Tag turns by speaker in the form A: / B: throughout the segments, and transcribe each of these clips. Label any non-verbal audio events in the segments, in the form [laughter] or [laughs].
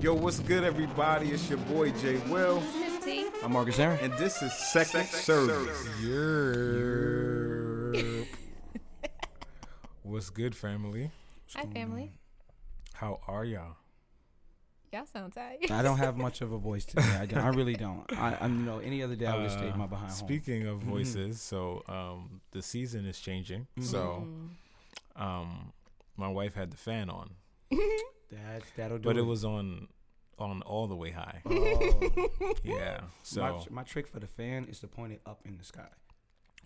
A: Yo, what's good, everybody? It's your boy Jay Will,
B: [laughs]
C: I'm Marcus Aaron.
A: and this is Second Service.
D: [laughs] What's good, family?
B: Hi, family.
D: How are y'all?
B: Y'all sound tired.
C: I don't have much of a voice today. I, don't, I really don't. I, I, you know, any other day I would have stayed
D: Uh,
C: my behind home. Mm-hmm.
D: Speaking of voices, so um, the season is changing. So
B: Mm.
D: um, my wife had the fan on,
C: That that'll do.
D: but it was on on all the way high.
C: [laughs] Oh.
D: yeah. [laughs] So
C: my, tr- my trick for the fan is to point it up in the sky.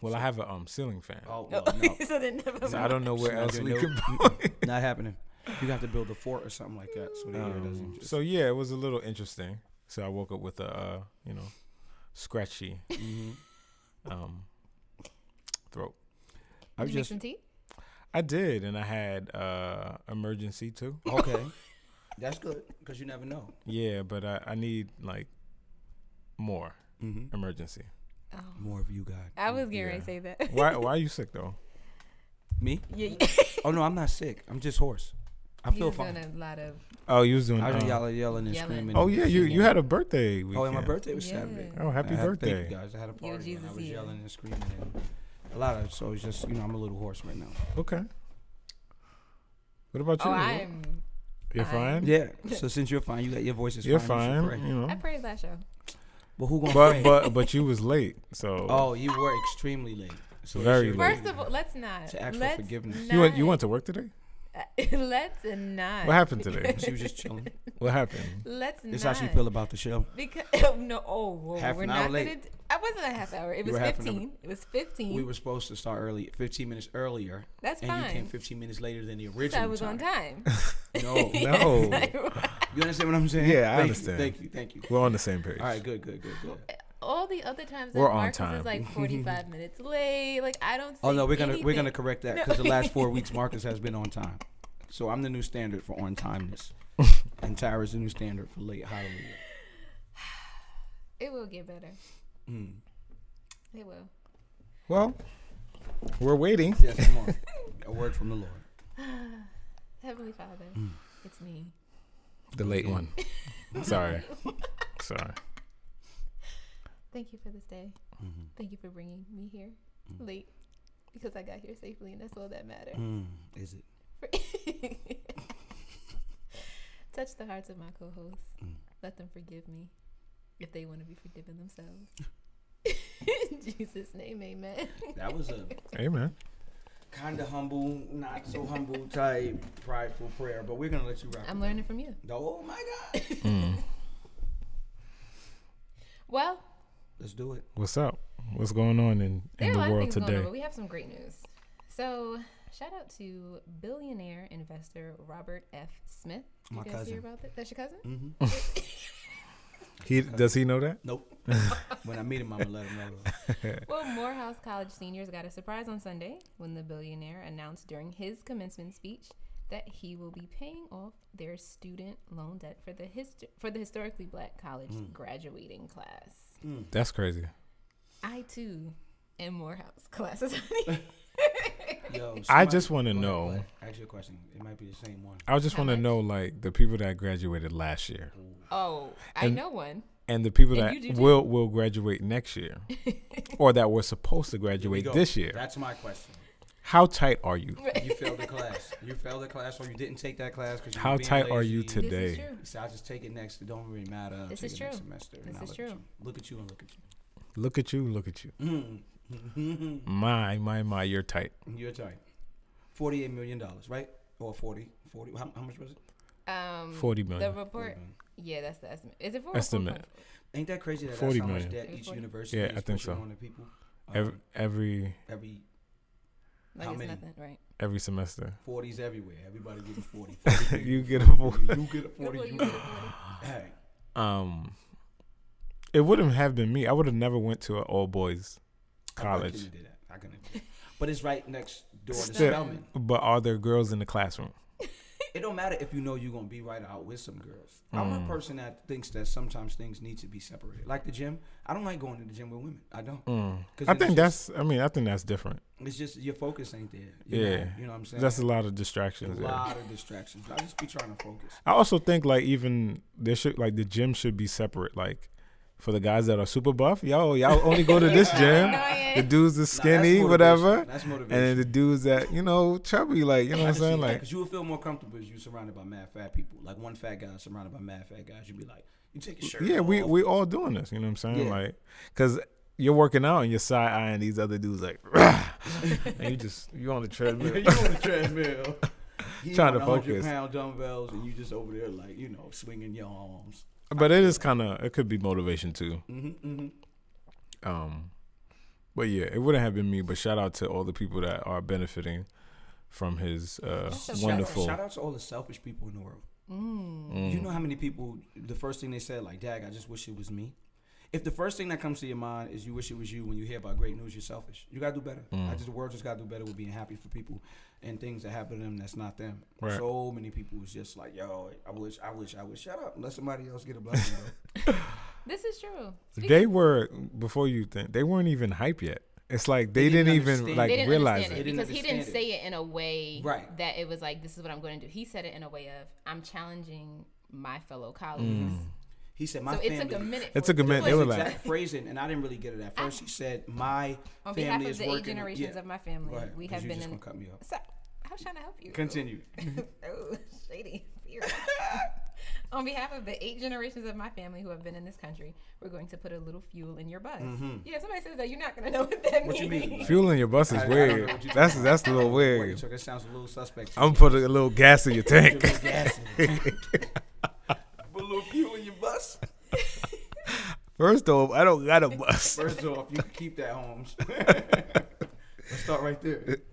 D: well, I have a um ceiling fan.
C: Oh
B: No.
C: well, no,
B: [laughs] so then never
D: So I don't know where
C: Not
D: else
C: good,
D: we
C: no. [laughs]
D: could.
C: not happening. You have to build a fort or something like that, so the air
D: Um,
C: doesn't. Just,
D: so yeah, it was a little interesting. So I woke up with a uh, you know scratchy
C: Mhm.
D: um throat.
C: I
B: Did you make
C: just
B: some tea?
D: I did, and I had uh emergency too.
C: okay. That's good because you never know.
D: Yeah, but I, I need like more
C: Mm-hmm.
D: emergency.
B: Oh.
C: More of you, God.
B: I was getting ready
D: Yeah.
B: to say that.
D: Why why are you sick though?
C: Me?
B: [laughs] Yeah,
C: Oh no, I'm not sick. I'm just hoarse. I
B: you
C: feel
B: was
C: fine.
B: doing a lot of.
D: Oh, you was doing.
C: I was
D: uh,
C: yelling, yelling and
B: Yelling.
C: screaming.
D: oh yeah, you you
C: singing.
D: had a birthday weekend.
C: Oh, and my birthday was
B: Yeah.
C: Saturday.
D: Oh, happy
C: I had- thank you,
D: birthday.
C: guys. I had a
B: Yo,
C: party. and I
B: Jesus,
C: was
B: yeah.
C: yelling and screaming and a lot of. So it's just you know I'm a little hoarse right
D: [laughs]
C: now.
D: Okay. What about you?
B: Oh, I'm.
D: You're
B: fine.
D: fine.
C: Yeah. So since you're fine, you got your voice is
D: You're
C: fine.
D: fine.
C: you should pray.
D: You
B: I
D: know.
B: prayed last show.
C: But who gonna
D: But
C: pray?
D: but but you was late. So
C: [laughs] oh, you were extremely late. So you
D: Very
C: should-
D: late.
B: First of all, let's not.
C: To ask for
B: let's
C: forgiveness.
B: Not,
D: you went you went to work today?
B: [laughs] let's not.
D: What happened
B: [laughs]
D: today?
C: She was just chilling.
D: what happened?
B: Let's
C: This
B: not.
C: how she feel about the show.
B: Because no, [laughs] oh, whoa,
C: Half
B: we're
C: an
B: not
C: hour
B: gonna.
C: late.
B: d- I wasn't a half hour. It was
C: You were half an hour-
B: fifteen. It was fifteen.
C: We were supposed to start early, 15 minutes earlier,
B: That's
C: and you came
B: fine.
C: 15 minutes later than the
B: So
C: original.
B: I was on time.
D: [laughs]
C: No,
D: No.
C: [laughs]
B: [laughs]
C: you understand what I'm saying?
D: Yeah, I
C: Thank you,
D: understand.
C: thank you, thank you.
D: We're on the same page.
C: All right, good, good, good, good.
B: All the other times
D: We're
B: that
D: on
B: Marcus
D: time.
B: is like
C: [laughs]
B: forty-five minutes late. Like I don't.
C: Oh
B: say
C: no, we're gonna we're
B: anything.
C: gonna correct that
B: No.
C: because the
B: [laughs]
C: last four weeks Marcus has been on time, so I'm the new standard for
B: [laughs]
C: on timeness, and Tyra's the new standard for late. Hallelujah.
B: It will get better.
D: Hmm.
C: Mm.
B: It will. [sighs]
D: Well, we're waiting.
C: Yes, come on. A word from the Lord.
B: Heavenly Father,
C: Mm.
B: it's me.
D: The late one. Sorry. [laughs] Sorry.
B: Thank you for this day.
C: Mm-hmm.
B: Thank you for bringing me here late because I got here safely, and that's all that matters.
C: Mm, is it?
B: [laughs] Touch the hearts of my co-hosts.
C: Mm.
B: Let them forgive me if they want to be forgiven
C: [laughs]
B: themselves. [laughs] In Jesus' name, amen.
C: That was a
D: Amen.
C: kind of humble, not so humble type, prideful prayer, but we're gonna let you rock.
B: I'm learning from you.
C: Oh my God.
D: Mm.
B: Well,
C: Let's do it.
D: What's up? What's going on in, in
B: there are a
D: the
B: lot of
D: world
B: things going on,
D: today?
B: but we have some great news. So, shout out to billionaire investor Robert F. Smith. Did
C: My
B: you guys hear
C: cousin.
B: about that? That's your cousin?
D: [laughs]
C: Mm-hmm.
D: He does he know that?
C: Nope. when I meet him, I'm gonna let him know.
B: Well, Morehouse College seniors got a surprise on Sunday when the billionaire announced during his commencement speech that he will be paying off their student loan debt for the hist- for the historically black college
C: Hmm.
B: graduating class.
D: That's crazy.
B: I too am Morehouse [laughs] classes.
D: [laughs]
B: honey.
C: Yo,
D: I
C: somebody-
D: just want to
C: go ahead,
D: know.
C: go ahead. Ask your question. It might be the same one.
D: I just
B: How
D: want to
B: much?
D: know like the people that graduated last year
B: oh, I
D: And-
B: know one.
D: and the people
B: And
D: that
B: you do too.
D: will will graduate next year or that were supposed to
C: Here we
D: graduate
C: go.
D: this year.
C: That's my question.
D: How tight are you?
C: You failed the class. You failed the class, or you didn't take that class because
D: How tight are you
C: today?
B: This is
D: today?
B: true.
C: So I'll just take it next. It don't really matter. I'll
B: This
C: take
B: is
C: it Next
B: true.
C: semester, and
B: This
C: I'll
B: is
C: look
B: true.
C: At you. Look at you and look at you.
D: Look at you, look at you.
C: Mm. [laughs]
D: My my my, you're tight.
C: Your time. Forty-eight million dollars, right? Or 40, 40 how, how much was it?
B: Um,
D: 40
B: the
D: million.
B: report. Yeah, that's the estimate. Is it four? or
D: Estimate.
B: 4.5?
C: Ain't that crazy? That
D: 40
C: that's how much
D: million.
C: debt
B: Maybe
C: each
B: 40?
C: university
D: Yeah,
C: is
D: I think
C: pushing
D: so.
C: on the people. Um,
D: Every every
C: every
B: Like
C: How
B: it's
C: many?
B: nothing, right?
D: every semester.
C: forties everywhere. Everybody
B: [laughs]
C: getting forty. 40
D: You get a
C: you, you get a
B: Good
C: forty.
B: boy,
C: You
B: you
C: get
D: [laughs]
B: good boy.
C: a, hey,
D: um it wouldn't have been me. I would have never went to an all boys
C: I
D: college.
C: couldn't do that. I couldn't. do that. But it's right next door to
D: Still.
C: Spelman.
D: But are there girls in the classroom?
C: it don't matter if you know you're gonna be right out with some girls.
D: Mm.
C: I'm a person that thinks that sometimes things need to be separated. Like the gym, I don't like going to the gym with women. I don't. Cause
D: I
C: it's
D: think
C: just-
D: that's. I mean, I think that's different.
C: it's just your focus ain't there. you know?
D: Yeah,
C: you know what I'm saying.
D: That's a lot of
C: a
D: distractions. there.
C: lot of distractions. I just be trying to focus.
D: I also think like even there should like the gym should be separate. Like for the guys that are super buff, yo, y'all only go to
C: [laughs]
D: this gym. The dudes that's
C: Nah,
D: skinny,
C: that's
D: whatever,
C: motivation. That's
D: and
C: motivation.
D: then the dudes that you know chubby, like you know what I'm saying, like
C: because you would feel more comfortable if you surrounded by mad fat people. Like one fat guy surrounded by mad fat guys, you'd be like, you take your shirt.
D: yeah, we
C: off.
D: we all doing this. You know what I'm saying,
C: Yeah.
D: like because you're working out and you're side eyeing these other dudes like, [laughs] and you just you on the treadmill.
C: [laughs] [laughs] you on the treadmill.
D: [laughs]
C: He
D: Trying
C: on
D: to
C: 100
D: focus.
C: Pound dumbbells, and you just over there like you know swinging your arms.
D: but it is kind of it could be motivation too.
C: hmm hmm
D: Um, but yeah, it wouldn't have been me. But shout out to all the people that are benefiting from his uh,
B: That's a
D: wonderful.
C: Shout out to all the selfish people in the world.
B: Mm.
C: You know how many people the first thing they said like, "Dag, I just wish it was me." If the first thing that comes to your mind is you wish it was you when you hear about great news, you're selfish. You gotta do better.
D: Mm.
C: I just the world just gotta do better with being happy for people and things that happen to them that's not them.
D: Right.
C: So many people was just like, "Yo, I wish, I wish, I wish." Shut up. Let somebody else get a blessing.
D: [laughs]
C: bro.
B: This is true. Speak-
D: they were before you think they weren't even hype yet. It's like they,
C: They
D: didn't,
C: didn't
D: even
C: understand.
D: like
B: they didn't
D: realize
B: understand
D: it.
B: it,
C: They didn't
B: because he didn't
C: understand
B: say it in a way
C: Right.
B: that it was like this is what I'm going to do. He said it in a way of I'm challenging my fellow colleagues.
C: He said, "My
B: So
C: family."
B: it took a minute.
D: Mm. It
B: for
D: took a
B: to
D: minute. They
B: click.
D: were
C: That's
D: like-
C: exact [laughs] phrasing, and I didn't really get it at first. He said, "My
B: on behalf
C: family
B: of
C: is
B: the
C: working."
B: eight generations
C: yeah.
B: of my family,
C: Go ahead,
B: we
C: 'cause
B: have
C: you
B: been
C: just
B: in.
C: gonna cut me off.
B: So, how should I help you? [laughs]
C: Continue.
B: oh, shady. Serious. [laughs] On behalf of the eight generations of my family who have been in this country, we're going to put a little fuel in your buzz. Yeah, if somebody says that, you're not going to know what that
C: Mm-hmm. What you
B: means.
C: mean? Like,
D: Fueling your bus
C: I-
D: is
C: I don't know
D: weird.
C: what you-
D: That's that's a little
C: wait,
D: weird.
C: so that sounds a little suspect. [laughs]
D: I'm gonna put a little gas in your tank. [laughs]
C: Put a little fuel in your bus.
D: First off, I don't got a bus.
C: First off, you can keep that, Holmes. Let's start right there.
D: [laughs]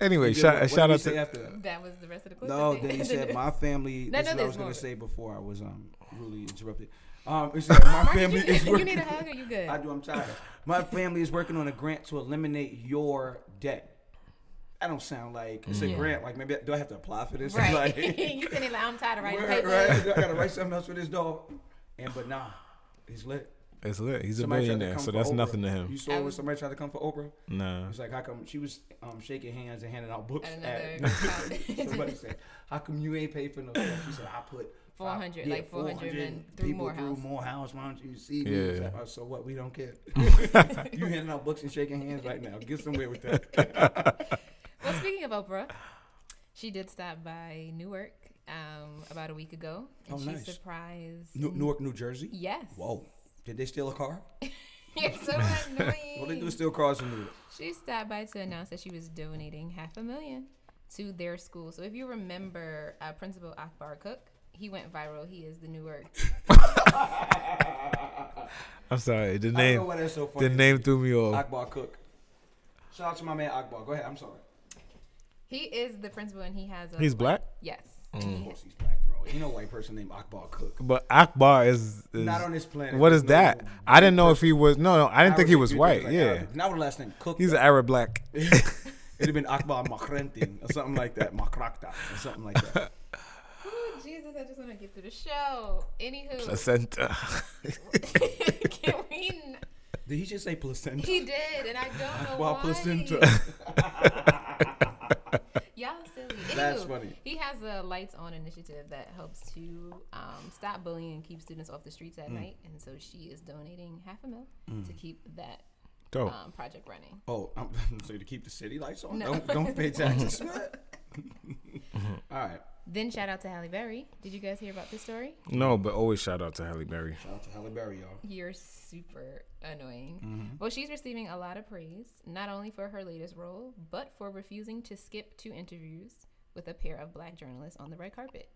D: Anyway,
C: You did
D: shout,
C: what- what
D: shout
C: did
D: out
C: you say
D: to
C: after
B: [laughs]
C: that?
B: That was the rest of the clip. I
C: No,
B: think.
C: then
B: [laughs]
C: he said my family.
B: No,
C: That's
B: no,
C: what I
B: there's
C: was
B: more.
C: gonna say before I was um really interrupted. Um,
B: [laughs]
C: he said my
B: Mark, did
C: family
B: you,
C: is
B: you need
C: working.
B: a hug or you good?
C: [laughs] I do. I'm tired. My family is working on a grant to eliminate your debt. I don't sound like it's a
B: Yeah.
C: grant. Like maybe do I have to apply for this? [laughs]
B: right. [laughs]
C: Like,
B: you sitting like, I'm tired of writing
C: right,
B: papers. [laughs]
C: right. I gotta write something else for this dog. And but nah, he's lit.
D: it's lit. He's a
C: Somebody tried to
D: millionaire,
C: come
D: so
C: for
D: that's
C: Oprah.
D: nothing to him.
C: You saw when somebody tried to come for Oprah.
D: Nah,
C: It's like how come she was um, shaking hands and handing out books
B: At
C: at [laughs]
B: another college.
C: somebody said, "How come you ain't paid for no?" stuff?" She said, "I put five-
B: 400, like 400 men through
C: people
B: Morehouse.
C: through Morehouse. Why don't you see me?" It's
D: Yeah.
C: like, "Oh, so what? We
D: [laughs]
C: don't care. [laughs] you handing out books and shaking hands right now. Get somewhere with that.
B: [laughs]
D: [laughs]
B: Well, speaking of Oprah, she did stop by Newark um, about a week ago, and
C: Oh,
B: she
C: nice. [laughs]
B: surprised.
C: New- Newark, New Jersey.
B: Yes.
C: Whoa. Did they steal a car?
B: [laughs] You're
C: [laughs]
B: so annoying.
C: Well, they do steal cars in Newark.
B: She stopped by to announce that she was donating half a million to their school. So if you remember uh, Principal Akbar Cook, he went viral. He is the Newark.
D: I'm sorry. The
C: I don't know
D: name,
C: why that's so funny.
D: the name threw me off.
C: Akbar Cook. Shout out to my man Akbar. Go ahead. I'm sorry.
B: He is the principal, and he has a.
D: He's black, Mm.
B: Yes.
C: Of course he's black, bro. You know a white person named Akbar Cook.
D: but Akbar is, is
C: Not on this planet.
D: What is
C: No
D: that? I didn't know if he was. No, no, I didn't think he
C: Arabic
D: was
C: dude,
D: white.
C: like
D: yeah,
C: Arabic. Not with the last name Cook.
D: he's
C: though. [laughs]
D: an Arab black. [laughs]
C: It'd have been Akbar Makrentin or something like that. Makrakta or something like that.
B: Ooh, Jesus, I just want to get through the show. Anywho,
D: Placenta.
B: [laughs]
D: [laughs]
B: can we? N-
C: Did he just say placenta?
B: he did, and I don't know
C: Well,
B: why.
C: placenta.
B: Y'all silly.
C: That's
B: Anywho,
C: funny.
B: He has a lights on initiative that helps to um, stop bullying and keep students off the streets
C: Mm.
B: at night, and so she is donating half a mil to keep that
D: Dope.
B: um, project running.
C: Oh, I'm, [laughs] so to keep the city lights on? Don't,
B: [laughs]
C: don't pay taxes for
D: [laughs]
C: that? All right.
B: Then shout out to Halle Berry. Did you guys hear about this story?
D: No, but always shout out to Halle Berry.
C: Shout out to Halle Berry, y'all.
B: You're super annoying. Well, she's receiving a lot of praise, not only for her latest role, but for refusing to skip two interviews with a pair of black journalists on the red carpet.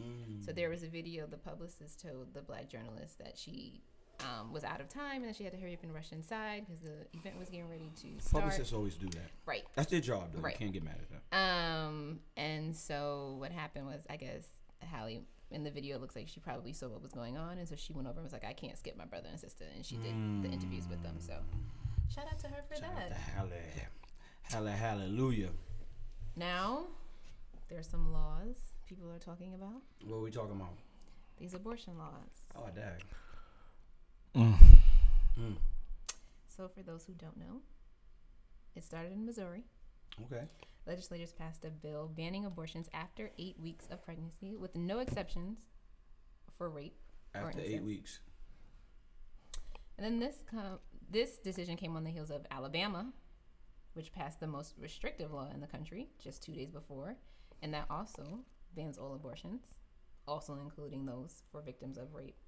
B: So there was a video the publicist told the black journalist that she um, was out of time and that she had to hurry up and rush inside because the event was getting ready to start.
C: Publicists always do that.
B: Right.
C: That's their job, though.
B: Right.
C: You can't get mad at them.
B: Um, and so what happened was, I guess Hallie in the video looks like she probably saw what was going on, and so she went over and was like, "I can't skip my brother and sister," and she did the interviews with them. So Hmm. shout out to her for
C: Shout out
B: that.
C: to Halle. Halle, hallelujah.
B: Now There are some laws people are talking about.
C: What are we talking about?
B: These abortion laws.
C: Oh, Mm, dag.
D: Mm.
B: So, for those who don't know, it started in Missouri.
C: Okay.
B: Legislators passed a bill banning abortions after eight weeks of pregnancy, with no exceptions for rape. or
C: After eight
B: incest.
C: weeks.
B: And then this com- this decision came on the heels of Alabama, which passed the most restrictive law in the country just two days before, and that also bans all abortions, also including those for victims of rape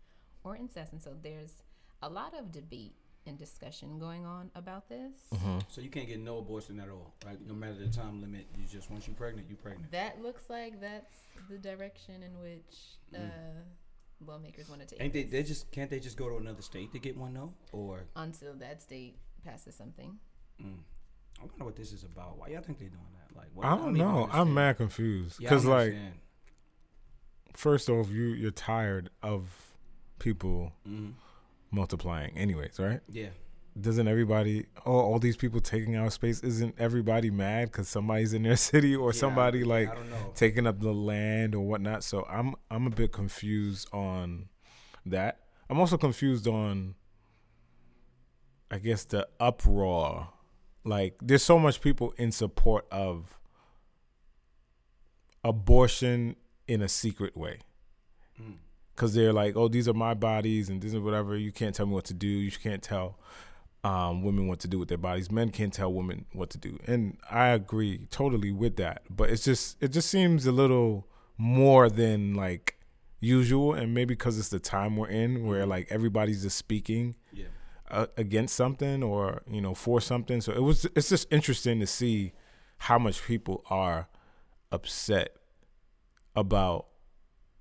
B: or incest. And so there's a lot of debate and discussion going on about this.
C: So you can't get no abortion at all, right? No matter the time limit, you just once you pregnant, you pregnant.
B: That looks like that's the direction in which uh, lawmakers want to take
C: Ain't they?
B: this
C: They just can't they just go to another state to get one though? Or
B: until that state passes something.
C: mm, I wonder what this is about. Why y'all think they doing that? Like, what,
D: I don't
C: even
D: know. I'm
C: understand.
D: mad confused.
C: Yeah, I
D: Cause
C: don't
D: like,
C: understand.
D: first off, you you're tired of people
C: Mhm.
D: multiplying, anyways, right?
C: yeah,
D: Doesn't everybody? Oh, all these people taking our space. Isn't everybody mad because somebody's in their [laughs] city or
C: Yeah,
D: somebody
C: yeah,
D: like
C: I don't know.
D: taking up the land or whatnot? So I'm I'm a bit confused on that. I'm also confused on, I guess, the uproar. Like, there's so much people in support of abortion in a secret way because they're like, oh, these are my bodies and this is whatever. You can't tell me what to do. You can't tell um, women what to do with their bodies. Men can't tell women what to do, and I agree totally with that. But it's just it just seems a little more than like usual, and maybe because it's the time we're in, where like everybody's just speaking
C: yeah.
D: uh, against something or you know for something. So it was it's just interesting to see how much people are upset about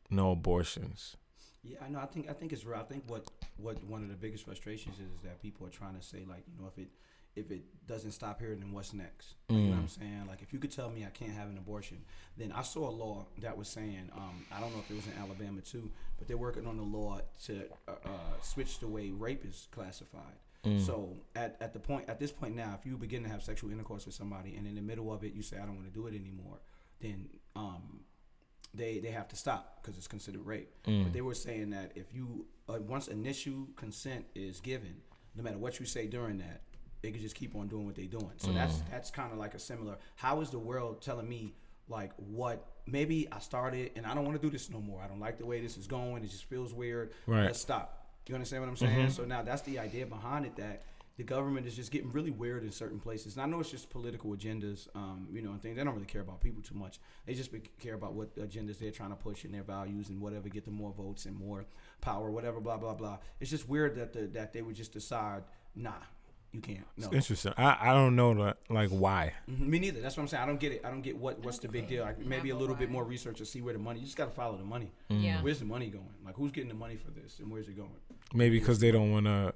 D: no abortions.
C: Yeah, I know. I think I think it's real. I think what what one of the biggest frustrations is, is that people are trying to say like, you know, if it if it doesn't stop here, then what's next? Like, You know what I'm saying? Like, if you could tell me I can't have an abortion, then I saw a law that was saying, um, I don't know if it was in Alabama too, but they're working on a law to uh, uh, switch the way rape is classified. So at, at the point at this point now, if you begin to have sexual intercourse with somebody and in the middle of it you say I don't want to do it anymore, then um, they they have to stop because it's considered rape. But they were saying that if you uh, once initial consent is given, no matter what you say during that, they could just keep on doing what they're doing. So that's that's kind of like a similar. How is the world telling me like what? Maybe I started and I don't want to do this no more. I don't like the way this is going. It just feels weird.
D: Right.
C: Let's stop. You understand what I'm saying? So now that's the idea behind it that the government is just getting really weird in certain places. And I know it's just political agendas, um, you know, and things. They don't really care about people too much. They just be- care about what agendas they're trying to push and their values and whatever, get them more votes and more power, whatever, blah blah blah. It's just weird that the, that they would just decide, nah, you can't. No,
D: Interesting. I, I don't know that like why.
C: Mhm, Me neither. That's what I'm saying. I don't get it. I don't get what what's the big deal. Like maybe a
B: know
C: little bit
B: why.
C: more research to see where the money. You just gotta follow the money.
B: Yeah.
C: Where's the money going? Like who's getting the money for this and where's it going?
D: Maybe because they don't want to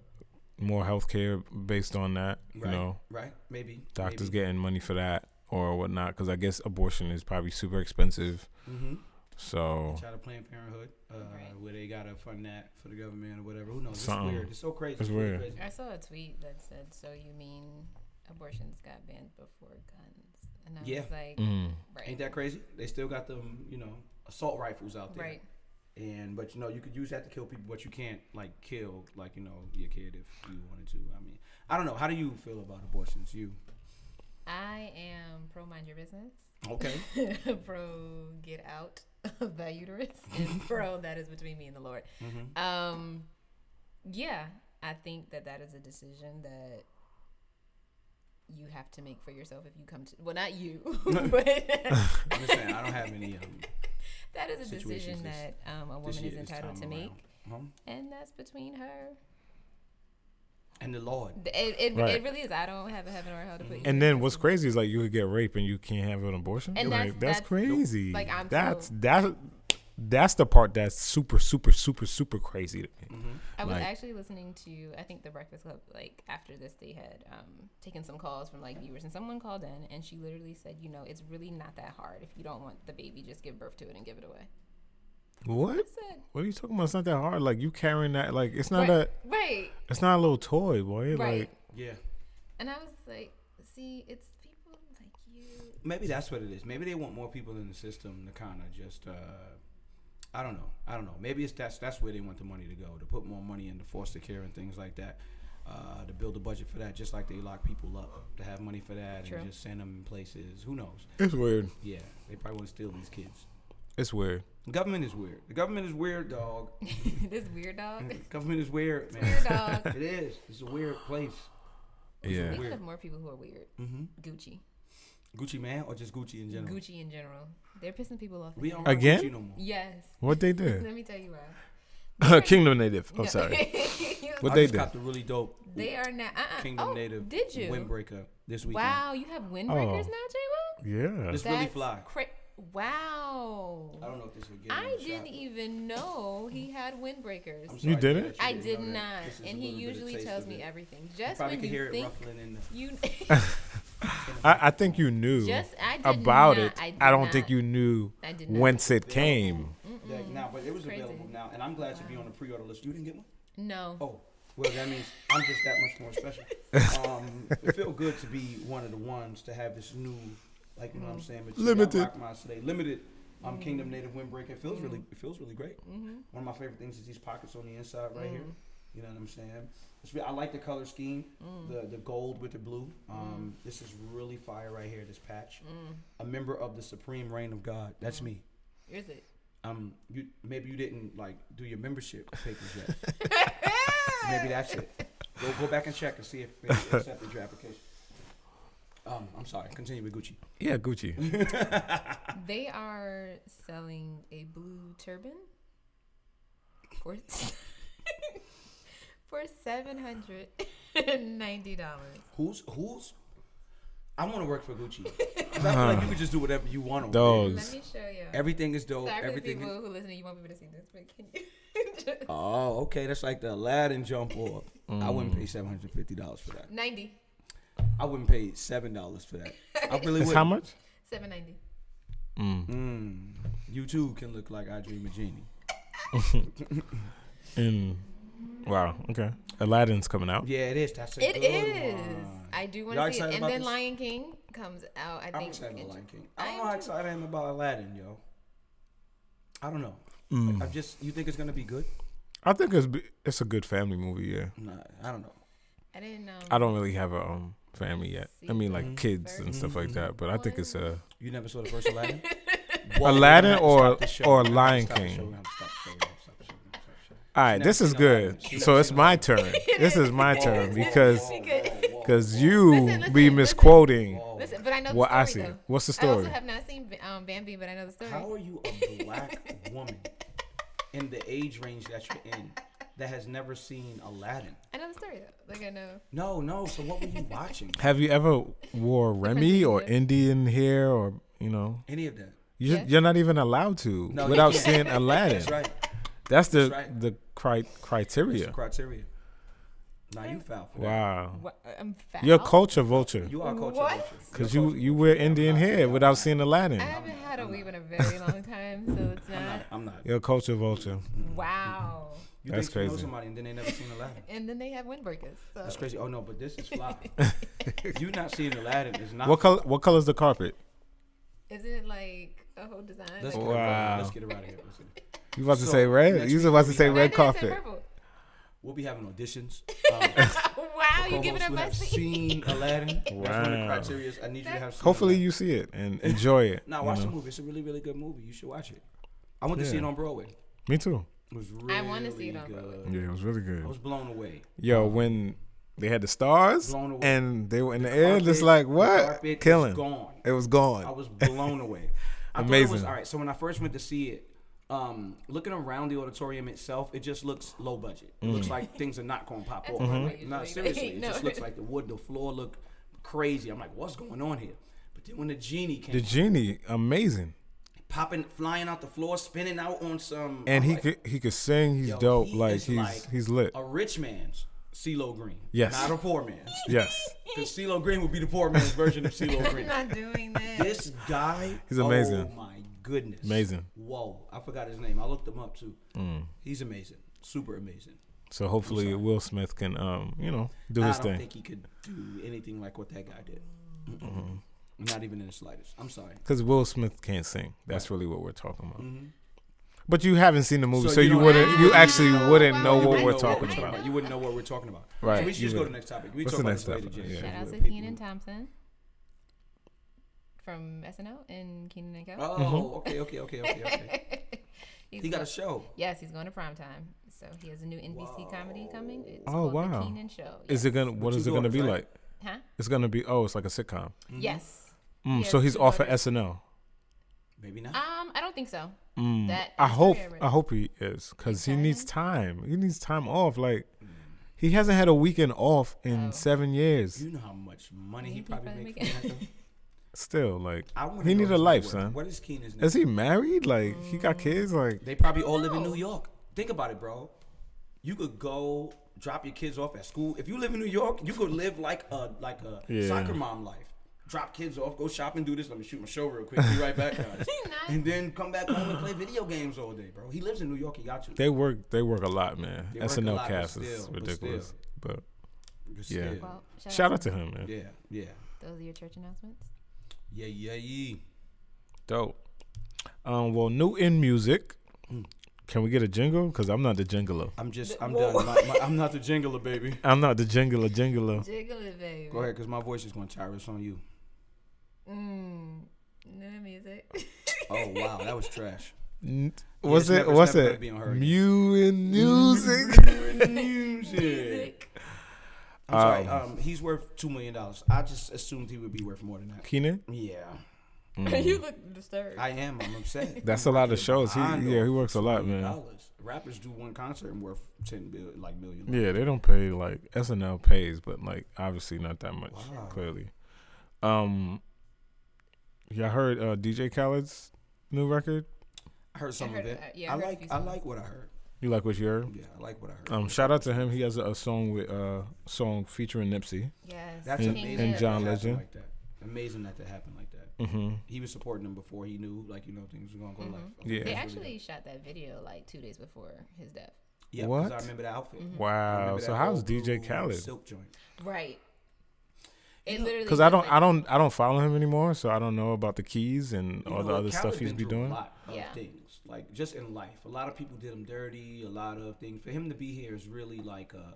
D: more healthcare based on that. You
C: Right.
D: know,
C: Right? Maybe
D: doctors getting money for that or whatnot. Because I guess abortion is probably super expensive.
C: hmm
D: So
C: Try to Planned Parenthood, uh,
B: Right.
C: where they gotta fund that for the government or whatever. Who knows?
D: Something.
C: It's weird. It's so crazy.
D: It's
C: really
D: weird.
C: crazy.
B: I saw a tweet that said, "So you mean abortions got banned before guns?" And I
C: Yeah.
B: was like,
D: mm,
B: "Right,
C: Ain't that crazy? They still got them, you know, assault rifles out there.
B: right,
C: And but you know, you could use that to kill people, but you can't like kill like you know your kid if you wanted to. I mean, I don't know. How do you feel about abortions? You
B: I am pro mind your business, [laughs]
C: okay?
B: pro get out of the uterus,
C: [laughs]
B: and pro that is between me and the Lord."
C: Mhm.
B: Um, yeah, I think that that is a decision that you have to make for yourself if you come to well, not
C: [laughs]
B: you, [laughs] but
C: I'm just saying I don't have any
B: [laughs]
C: um,
B: that is a
C: Situations
B: decision
C: this-
B: that um, a
C: this
B: woman
C: year,
B: is
C: this
B: entitled to
C: time
B: make,
C: around. Uh-huh.
B: and that's between her
C: And the Lord.
B: Th- It, it,
D: Right.
B: it really is. I don't have a heaven or a hell to put you.
D: and then what's crazy is like you could get raped and you can't have an abortion.
B: And
D: like
B: that's-
D: that's,
B: that's-
D: crazy.
B: Like, I'm
D: that's that. That's the part that's super, super, super, super crazy to me.
B: I was
D: like-
B: actually listening to I think the Breakfast Club. Like after this, they had um, taken some calls from like viewers, and someone called in, and she literally said, "You know, it's really not that hard. If you don't want the baby, just give birth to it and give it away."
D: What?
B: I said,
D: What are you talking about? It's not that hard. Like you carrying that. Like it's not
B: right,
D: a.
B: right,
D: It's not a little toy, boy.
B: right.
D: Like
C: Yeah.
B: and I was like, "See, it's people like you [laughs]
C: maybe that's what it is. Maybe they want more people in the system to kind of just. Uh, I don't know. I don't know. Maybe it's that's that's where they want the money to go to put more money into foster care and things like that. Uh, to build a budget for that, just like they lock people up to have money for that
B: True.
C: and just send them in places. Who knows?
D: It's weird.
C: Yeah, they probably want to steal these kids.
D: It's weird.
C: Government is weird. The government is
B: [laughs]
C: weird, dog.
B: this weird
C: Mm,
B: dog.
C: government is weird, man.
B: Weird dog.
C: [laughs] it is. It's a weird place.
D: Yeah.
B: Speaking
C: Weird.
B: of more people who are weird,
C: Mm-hmm.
B: Gucci,
C: Gucci man or just Gucci in general.
B: Gucci in general, they're pissing people off.
C: We don't rock
D: Again?
C: Gucci no more.
B: Yes.
D: What they did?
B: [laughs] Let me tell you why. Uh,
D: Kingdom Native. I'm
B: No.
D: Oh,
B: [laughs]
D: sorry.
B: You-
D: What
C: I
D: they
C: just
D: did?
C: got the really dope
B: they are now. Uh-uh.
C: Kingdom
B: oh,
C: Native
B: Did you?
C: windbreaker this weekend.
B: wow, you have windbreakers
D: Oh.
B: now, J Will.
D: Yeah.
C: It's really fly.
B: Cra- wow.
C: I don't know if this would get
B: I
C: him a
B: didn't
C: shot.
B: even know he had windbreakers.
C: I'm
D: You
C: sorry,
D: didn't?
C: Judge,
B: I
C: didn't
B: did
C: know that.
B: not,
C: This is a
B: and he
C: little bit of
B: usually
C: taste
B: tells
C: of
B: me
C: it.
B: everything.
C: You
B: Just
C: probably
B: when
C: could
B: you
C: hear it
B: think
C: ruffling in the.
D: [laughs]
B: you [laughs]
D: I, I think you knew
B: just I did
D: about
B: not,
D: it.
B: I,
D: I,
B: did
D: don't
B: not.
D: think you knew
B: I did not.
D: whence it came.
C: Like, now, but it was
B: Crazy.
C: available now, and I'm glad to be on the pre-order list. You didn't get one?
B: No.
C: Oh, well, that means I'm just that much more special. Um, it feel good to be one of the ones to have this new, like you know what I'm saying, but you got
D: Limited.
C: Rock Mods today, limited. Um, Kingdom Native Windbreaker. It feels really, it feels really great. One of my favorite things is these pockets on the inside right here. You know what I'm saying? It's, re- I like the color scheme, the the gold with the blue. Um, This is really fire right here. This patch, a member of the supreme reign of God. That's me.
B: Is it?
C: Um, you maybe you didn't like do your membership papers
B: [laughs]
C: yet. Maybe that's it. Go go back and check and see if they accepted your application. Um, I'm sorry. Continue with Gucci.
D: Yeah,
B: [laughs]
D: Gucci.
B: They are selling a blue turban for [laughs] for seven hundred and ninety dollars.
C: Who's who's? I want to work
B: [laughs]
C: for Gucci. 'Cause I feel like you can just do whatever you want. over
D: Dogs.
C: there.
B: Let me show you.
C: Everything is dope.
B: Sorry for the
C: Everything.
B: people
C: Is,
B: who listen. You won't be able to see this, but can you? [laughs] just-
C: oh, okay. That's like the Aladdin jump off. I
D: Mm.
C: wouldn't pay seven hundred fifty dollars for that.
B: Ninety.
C: I wouldn't pay seven dollars for that. I really
D: It's
C: would.
D: how much?
B: Seven ninety.
C: Mm, you too can look like I Dream of Genie.
D: Mm. Wow. Okay. Aladdin's coming out.
C: Yeah, it is. That's a
B: It
C: good
B: is.
C: one.
B: I do
C: Y'all
B: want to see
C: excited
B: it. And
C: about
B: then
C: this?
B: Lion King comes out. I
C: I'm
B: think.
C: excited
B: in
C: about Lion
B: Ju-
C: King. I
B: am
C: don't know how
B: too.
C: excited I am about Aladdin, yo. I don't know.
D: Mm.
C: I just you think it's gonna be good?
D: I think it's b- it's a good family movie. Yeah.
C: Nah, I don't know.
B: I didn't know.
C: Oh.
D: I don't really have a um family yet. I mean, like
C: Mhm.
D: kids and stuff like that. But I think it's a
C: You never saw the first Aladdin?
B: [laughs]
D: Aladdin or
C: Stop the show.
D: or
C: Stop the
D: Lion
C: show.
D: King.
C: Stop the show. Stop the show. Stop the show.
D: All right. This
C: never
D: is
C: seen Aladdin.
D: good.
C: She never
D: So it's
C: seen
D: my
B: [laughs]
D: turn. This is my turn because
B: Because-
D: because you
B: Listen,
D: be
B: listen,
D: misquoting.
B: Listen, but I know the
D: What
B: story.
D: I see.
B: Though.
D: What's the
B: I also
D: story?
B: have not seen B- um, Bambi, but I know the story.
C: How are you a black woman in the age range that you're in that has never seen Aladdin?
B: I know the story though. Like I know.
C: No, no. So what were you watching?
D: Have you ever wore Remy or Indian hair or you know?
C: Any of that?
D: You're,
B: Yes.
D: you're not even allowed to
C: No, you
D: without
C: can't.
D: seeing Aladdin.
C: [laughs] That's right.
D: That's the
C: That's right.
D: the cri-
C: That's
D: criteria.
C: the criteria. Now you foul for that.
D: wow.
B: What, Oh. I'm foul.
D: You're a culture vulture
C: You are culture.
B: What?
C: vulture.
D: because you you wear Indian hair without seeing Aladdin.
B: I haven't had a weave in a
D: [laughs]
B: very long time, so it's
C: I'm not.
B: not.
C: I'm not.
D: You're a culture vulture.
B: Wow.
C: You
D: That's
C: think you know
D: crazy.
C: somebody and then they never seen Aladdin.
B: And then they have windbreakers. So.
C: That's crazy. Oh no, but this
B: [laughs]
C: is fly. you not seeing Aladdin is not.
D: What color what color's the carpet?
B: Isn't it like a whole design?
C: Let's
B: like,
C: get, wow.
D: Wow.
C: let's get it right here. Let's get it.
D: You about to
C: So,
D: say red?
C: next
D: You was about to say
B: No,
D: red
B: no, it's in
D: carpet.
B: purple.
C: We'll be having auditions. Um,
B: [laughs] Wow, you giving
C: co-hosts
B: up
C: who
B: my
C: have
B: seat.
C: seen Aladdin. That's one of the
D: Wow.
C: criteria. is I need you to have. Seen
D: Hopefully
C: Aladdin.
D: you see it and enjoy it.
C: Now
D: you
C: watch
D: know?
C: the movie. It's a really really good movie. You should watch it. I went to see
D: Yeah.
C: it on Broadway.
D: Me too.
C: It was really.
B: I wanna see it on
C: good.
B: Broadway.
D: Yeah, it was really
C: I
D: good.
C: was blown away.
D: Yo, when they had the stars
C: Blown away.
D: and they were in the, air, just
C: Carpet-
D: like
C: the
D: what?
C: carpet is
D: Killing.
C: Gone.
D: It was
C: I
D: gone. [laughs]
C: was blown away. I Amazing. Thought it was,
D: Amazing.
C: all right, so when I first went to see it, um, looking around the auditorium itself, it just looks low budget. It
D: Mm.
C: looks like things are not going to pop off. Like, no,
B: usually-
C: seriously, it
B: No.
C: just looks like the wood, the floor look crazy. I'm like, what's going on here? But then when the genie came,
D: The genie, amazing.
C: popping, flying out the floor, spinning out on some,
D: And
C: I'm
D: he
C: like,
D: could he could sing. He's
C: yo,
D: dope.
C: he
D: like
C: is
D: he's he's lit.
C: A rich man's CeeLo Green,
D: Yes.
C: not a poor man.
D: Yes,
C: [laughs] Because CeeLo Green would be the poor man's version of CeeLo Green.
B: I'm not
D: [laughs]
B: doing that.
C: this guy
D: He's amazing.
C: Oh my goodness.
D: Amazing. Mm.
C: Whoa. I forgot his name. I looked him up too. He's amazing. Super amazing.
D: so hopefully Will Smith can um you know do
C: I
D: his
C: don't
D: thing.
C: think he could do anything like what that guy did. Not even in the slightest. I'm sorry.
D: Because Will Smith can't sing. That's really what we're talking about. But you haven't seen the movie,
C: Mm-hmm. So
D: so,
C: you
D: you
C: don't-
D: wouldn't.
B: you
D: You actually
B: wouldn't know
D: wouldn't
B: what
D: know
B: we're
D: what
B: talking
D: we're
B: about.
D: talking
B: Right.
D: about.
C: You wouldn't know what we're talking about. So
D: Right,
C: we should
D: you
C: just go to the
D: wouldn't.
C: next topic. We
D: What's
C: talk
D: the
C: about
D: next
C: this later,
D: topic?
C: Jay.
D: Yeah.
B: Shout out
C: We'll
B: to
C: pick
B: Keenan
C: you.
B: Thompson from SNL and Keenan and Kel.
D: Mm-hmm.
C: Oh, okay, okay, okay, okay, okay.
B: He's
C: He got
B: go-
C: a show.
B: yes, he's going to prime time. So he has a new NBC comedy coming. It's
D: Oh,
B: called
D: wow.
B: The Keenan Show.
D: Is it gonna? What
C: two
D: is it gonna
C: daughters,
D: be
C: right?
D: like?
B: Huh?
D: It's gonna be. Oh, it's like a sitcom.
B: Yes.
D: Mm,
B: He
D: so
B: has
D: he's
B: two
D: off of
B: daughters.
D: SNL.
C: Maybe not.
B: Um, I don't think so. That
D: Mm. I
B: is
D: hope.
B: very rare.
D: I hope he is, cause he needs time. He needs time off. Like, he hasn't had a weekend off in seven years.
C: You know how much money
B: Yeah,
C: he
B: he
C: probably
B: probably
C: make
B: make-
C: from that. though?
D: Still, like,
C: I wanna
D: he
C: know
D: need a
C: his net
D: life,
C: worth.
D: son.
C: What is Keenan's net
D: Is he married? Like, he got kids. Like,
C: They probably all live in
B: know.
C: New York. Think about it, bro. You could go drop your kids off at school. If you live in New York, you could live like a like a
D: Yeah.
C: soccer mom life. Drop kids off, go shopping, do this. Let me shoot my show real quick. Be right back,
B: [laughs]
C: guys. and then come back home and play video games all day, bro. He lives in New York. He got you.
D: they work. They work a lot, man.
C: They work a
D: SNL
C: lot, but
D: cast is
C: still- but
D: ridiculous.
C: still.
D: But
C: You're
D: yeah.
C: scared.
B: Well, shout,
D: shout
B: out.
D: out to him, man.
C: yeah, yeah,
B: Those are your church announcements.
C: yeah, yeah, yeah.
D: Dope. Um, well, new in music. Can we get a jingle? Because I'm not the jingler.
C: I'm just, I'm
B: Whoa.
C: done. My, my,
B: [laughs]
C: I'm not the jingler, baby.
D: I'm not the jingler jingler.
B: Jiggle it, baby.
C: Go ahead, cause my voice is going to tyrus on you.
B: Mm, new music. [laughs]
C: Oh wow, that was trash.
D: N- What's
C: it's
D: it?
C: never- it's
D: What's
C: never gonna
D: it?
C: be on her
D: Mew in music. [laughs]
C: Music. I'm sorry. Um, he's worth two million dollars. I just assumed he would be worth more than that.
D: Keenan.
C: Yeah,
D: Mm.
B: [laughs] you look disturbed.
C: I am. I'm
D: [laughs]
C: upset.
D: That's a lot of shows. He yeah, he works a lot, man.
C: Dollars. Rappers do one concert and worth ten bill, like million.
D: Yeah, they don't pay like SNL pays, but like obviously not that much.
C: Wow.
D: Clearly. Um. Y'all heard uh, DJ Khaled's new record?
C: I heard some
B: I heard
C: of it.
B: that. Yeah, I
C: I
B: heard a
C: like.
B: few
C: I
B: songs.
C: like what I heard.
D: You like what you heard?
C: Yeah, I like what I heard.
D: Um, shout out to him. He has a, a song with uh song featuring Nipsey.
B: Yes.
C: That's
D: and-
C: amazing.
D: and
B: King
C: that
B: Nip.
D: John
C: that happened
D: Legend.
C: Like that. Amazing that that happened like that.
D: Mm-hmm.
C: He was supporting them before he knew, like you know, things were gonna go left.
D: Yeah.
B: Mm-hmm. They
C: That's really
B: actually shot that video like two days before his death.
C: good. yeah. 'cause
D: What?
C: I remember that outfit.
B: Mm-hmm.
C: I
D: Wow.
C: remember
D: So
C: that
D: how's
C: old
D: DJ
C: blue
D: Khaled?
C: Silk joint.
B: Right. It literally.
D: Because I
B: just,
D: don't,
B: like,
D: I don't, I don't follow him anymore, so I don't know about the keys and all
C: You
D: the
C: know,
D: other stuff
C: Khaled
D: he's
C: been
D: be
C: through
D: doing.
C: A lot of
B: Yeah.
C: things, like just in life, a lot of people did him dirty. A lot of things for him to be here is really like a,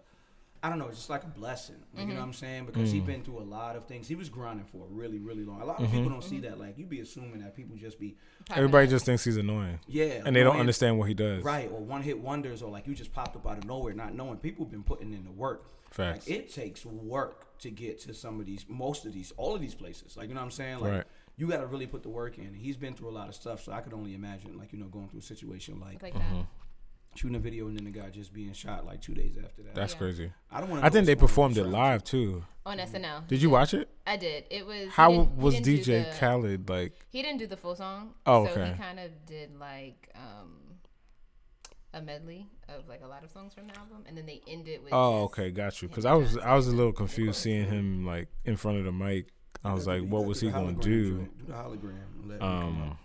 C: I don't know, it's just like a blessing. Like, You know what I'm saying? Because
D: Mm.
C: he's been through a lot of things. He was grinding for a really, really long. A lot
D: Mm-hmm.
C: of people don't see that. Like you be assuming that people just be,
B: popping
D: Everybody
B: up.
D: just thinks he's annoying,
C: yeah,
D: and they don't
C: annoying,
D: understand what he does.
C: Right, or one hit wonders, or like you just popped up out of nowhere, not knowing. People been putting in the work.
D: Facts.
C: Like, it takes work to get to some of these, most of these, all of these places. Like you know what I'm saying? Like
D: Right.
C: you got to really put the work in. He's been through a lot of stuff, so I could only imagine, like you know, going through a situation like
B: like that.
D: Mm-hmm.
C: shooting a video and then the guy just being shot like two days after that.
D: That's
B: Yeah.
D: crazy.
C: I don't want.
D: I think they performed it live too.
B: On SNL.
D: Did you watch it?
B: I did. It was. he
D: How
B: didn't- he
D: was
B: didn't do
D: DJ
B: the-
D: Khaled like?
B: He didn't do the full song.
D: Oh,
B: So
D: okay.
B: he kind of did like um, a medley of like a lot of songs from the album, and then they ended with.
D: Oh,
B: just-
D: okay, got you. Because I was, I was a little confused seeing him like in front of the mic. I was like, what was he gonna do?
C: Do the hologram. and Let um,
D: Um,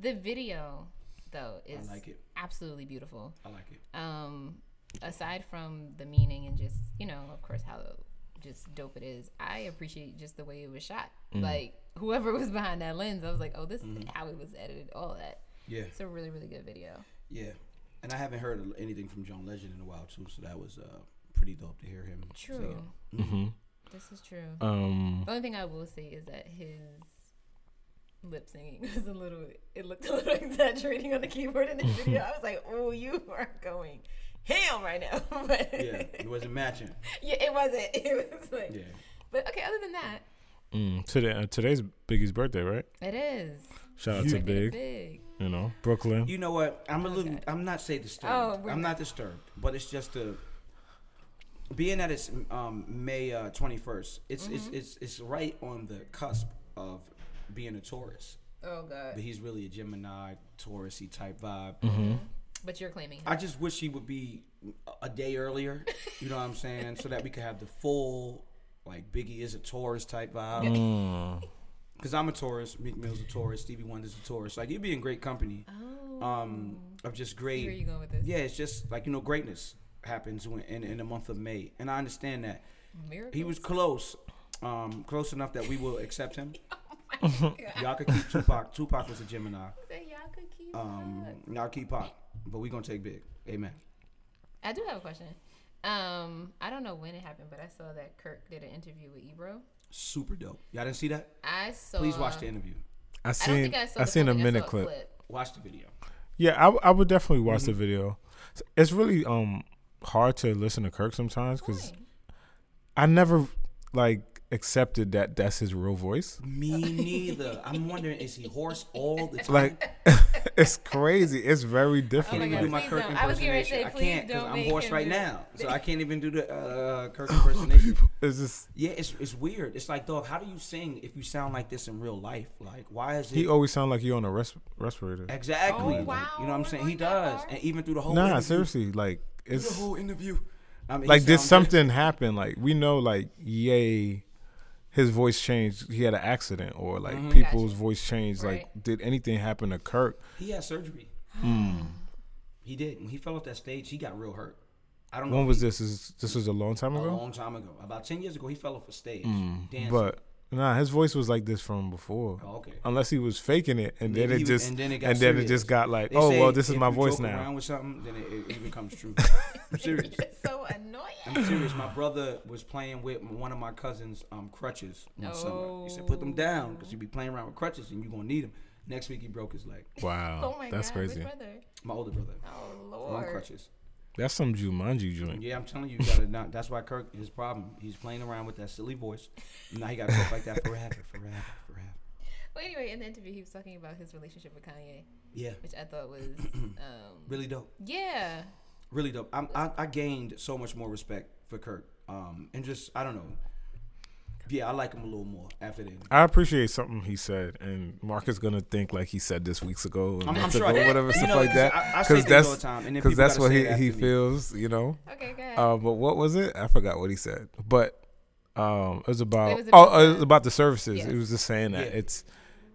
B: The video though is
C: like it.
B: absolutely beautiful.
C: I like it.
B: um, aside from the meaning and just you know, of course, how just dope it is. I appreciate just the way it was shot.
C: Mm.
B: Like whoever was behind that lens, I was like, oh, this is
C: Mm-hmm.
B: how it was edited. All that.
C: Yeah,
B: It's a really, really good video.
C: yeah. And I haven't heard of anything from John Legend in a while too, so that was uh, pretty dope to hear him. sing
B: True.
C: it.
B: This is true.
D: Mm-hmm. um,
B: the only thing I will say is that his lip singing [laughs] was a little. It looked a little [laughs] exaggerating on the keyboard in the
C: [laughs]
B: video. I was like, oh, you are going ham right now. [laughs] but
C: Yeah, it
B: [laughs]
C: wasn't matching.
B: yeah, it wasn't. It was like.
C: Yeah.
B: But okay, other than that,
D: mm, today, uh, today's Biggie's birthday, right?
B: it is.
D: Shout out to Big.
B: Big.
D: You know, Brooklyn.
C: You know what? I'm a little. I'm not say disturbed.
B: Oh, we're
C: I'm
B: not-
C: not disturbed, but it's just a. Being that it's um, May uh, 21st, it's, it's
B: Mm-hmm.
C: it's it's right on the cusp of being a Taurus,
B: Oh
C: but
B: god.
C: he's really a Gemini, Taurusy type vibe.
B: Mm-hmm. But you're claiming.
C: I just wish he would be a day earlier. You know what I'm saying? so that we could have the full, like Biggie is a Taurus type
B: Mm.
C: vibe.
D: Mm.
C: Because I'm a Taurus, Meek Mill's a Taurus, Stevie Wonder's a Taurus. Like you'd be in great company. Um, of just great.
B: Oh, Where you going with this?
C: Yeah, it's just like you know, greatness happens when, in in the month of May, and I understand that
B: [laughs] Miracle.
C: he was close, um, close enough that we will accept him.
B: Oh my
C: Y'all could keep Tupac. Tupac was a Gemini.
B: Say y'all could keep
C: Um,
B: up.
C: y'all keep Pac, but we gonna take Big. Amen.
B: I do have a question. Um, I don't know when it happened, but I saw that Kirk did an interview with Ebro.
C: Super dope. Y'all didn't see that?
B: I saw.
C: Please watch the interview.
D: I
B: I don't
D: seen
B: think I
D: I,
B: saw. the
D: seen
B: full
D: a
B: thing. I
D: minute
B: saw
D: clip.
C: Watch the video.
D: Yeah, I, w- I would definitely watch
B: Mm-hmm.
D: the video. It's really um hard to listen to Kirk sometimes because
B: Why?
D: I never like accepted that that's his real voice.
C: Me neither. I'm wondering, is he horse all the time?
D: Like
B: [laughs]
D: [laughs] it's crazy. It's very different.
B: Oh my
C: can't
B: God,
C: even do
D: Like,
C: my
B: please
C: Kirk
B: don't. I was getting ready to
C: impersonation. I
B: say, please
C: can't because
B: don't
C: I'm
B: make
C: hoarse
B: him
C: right
B: do [laughs]
C: now,
B: that.
C: so I can't even do the uh,
B: [laughs]
C: Kirk impersonation.
D: it's just
C: Yeah, it's it's weird. It's like, dog, how do you sing if you sound like this in real life? Like, why is it
D: he always sound like you on a res- respirator.
C: exactly?
B: Oh,
C: like,
B: wow,
C: you know what I'm
B: we're
C: saying? He
B: going that
C: does,
B: far?
C: and even through the whole
D: Nah,
C: interview,
D: seriously, like
C: through the
D: it's
C: whole interview. I mean, he
D: like did
C: sounds-
D: something happen? Like we know, like yay, his voice changed. He had an accident, or like people's voice changed. Like
B: Mm-hmm. Right.
D: did anything happen to Kirk?
C: He had surgery.
B: Hmm.
C: He did. When he fell off that stage, he got real hurt. I don't know.
D: When
C: if
D: was
C: he-
D: this? Is this was a long time
C: A
D: ago?
C: long time ago, about ten years ago, he fell off a stage. dancing.
D: But nah, his voice was like this from before.
C: Oh, okay.
D: Unless he was faking it, and
C: Maybe
D: then
C: he
D: it
C: was-
D: just and
C: and then
D: then
C: it
D: it,
C: got serious.
D: just got like,
C: They
D: oh
C: say
D: well, this is
C: if
D: my
C: you
D: voice
C: joke
D: now.
C: Around with something, then it, it, it
D: [laughs]
C: becomes true. I'm serious.
B: [laughs] It's so annoying.
C: I'm serious. My brother was playing with one of my cousin's um, crutches one summer. He said, "Put them down because you be playing around with crutches and you gonna need them." Next week, he broke his leg.
D: Wow,
B: Oh my
D: that's
B: god,
D: crazy.
B: Which brother?
C: My older brother
B: Oh
C: on
B: lord.
C: crutches.
D: That's some Jumanji joint.
C: Yeah, I'm telling you, you gotta not. That's why Kirk his problem. He's playing around with that silly voice. Now he gotta talk like that forever, forever, forever.
B: Well, anyway, in the interview, he was talking about his relationship with Kanye,
C: Yeah,
B: which I thought was,
C: [clears throat]
B: um,
C: really dope.
B: yeah,
C: really dope. I'm, I, I gained so much more respect for Kurt, um, and just I don't know. Yeah, I like him a little more after that.
D: I appreciate something he said, and Mark is gonna think like he said this weeks ago, and
C: I'm- I'm
D: months
C: sure I
D: ago,
C: did.
D: whatever
C: You
D: stuff
C: know,
D: like that,
C: I- I say
D: because
C: things all the time,
D: that's
C: and then
D: because
C: people
D: that's
C: gotta
D: what
C: say
D: he
C: it
D: he
C: after me.
D: feels, you know.
B: okay, good.
D: Uh, but what was it? I forgot what he said, but um, it was about,
B: It was about
D: oh, it was
B: the-
D: about the services.
B: Yes.
D: It was just saying that
C: Yeah.
D: it's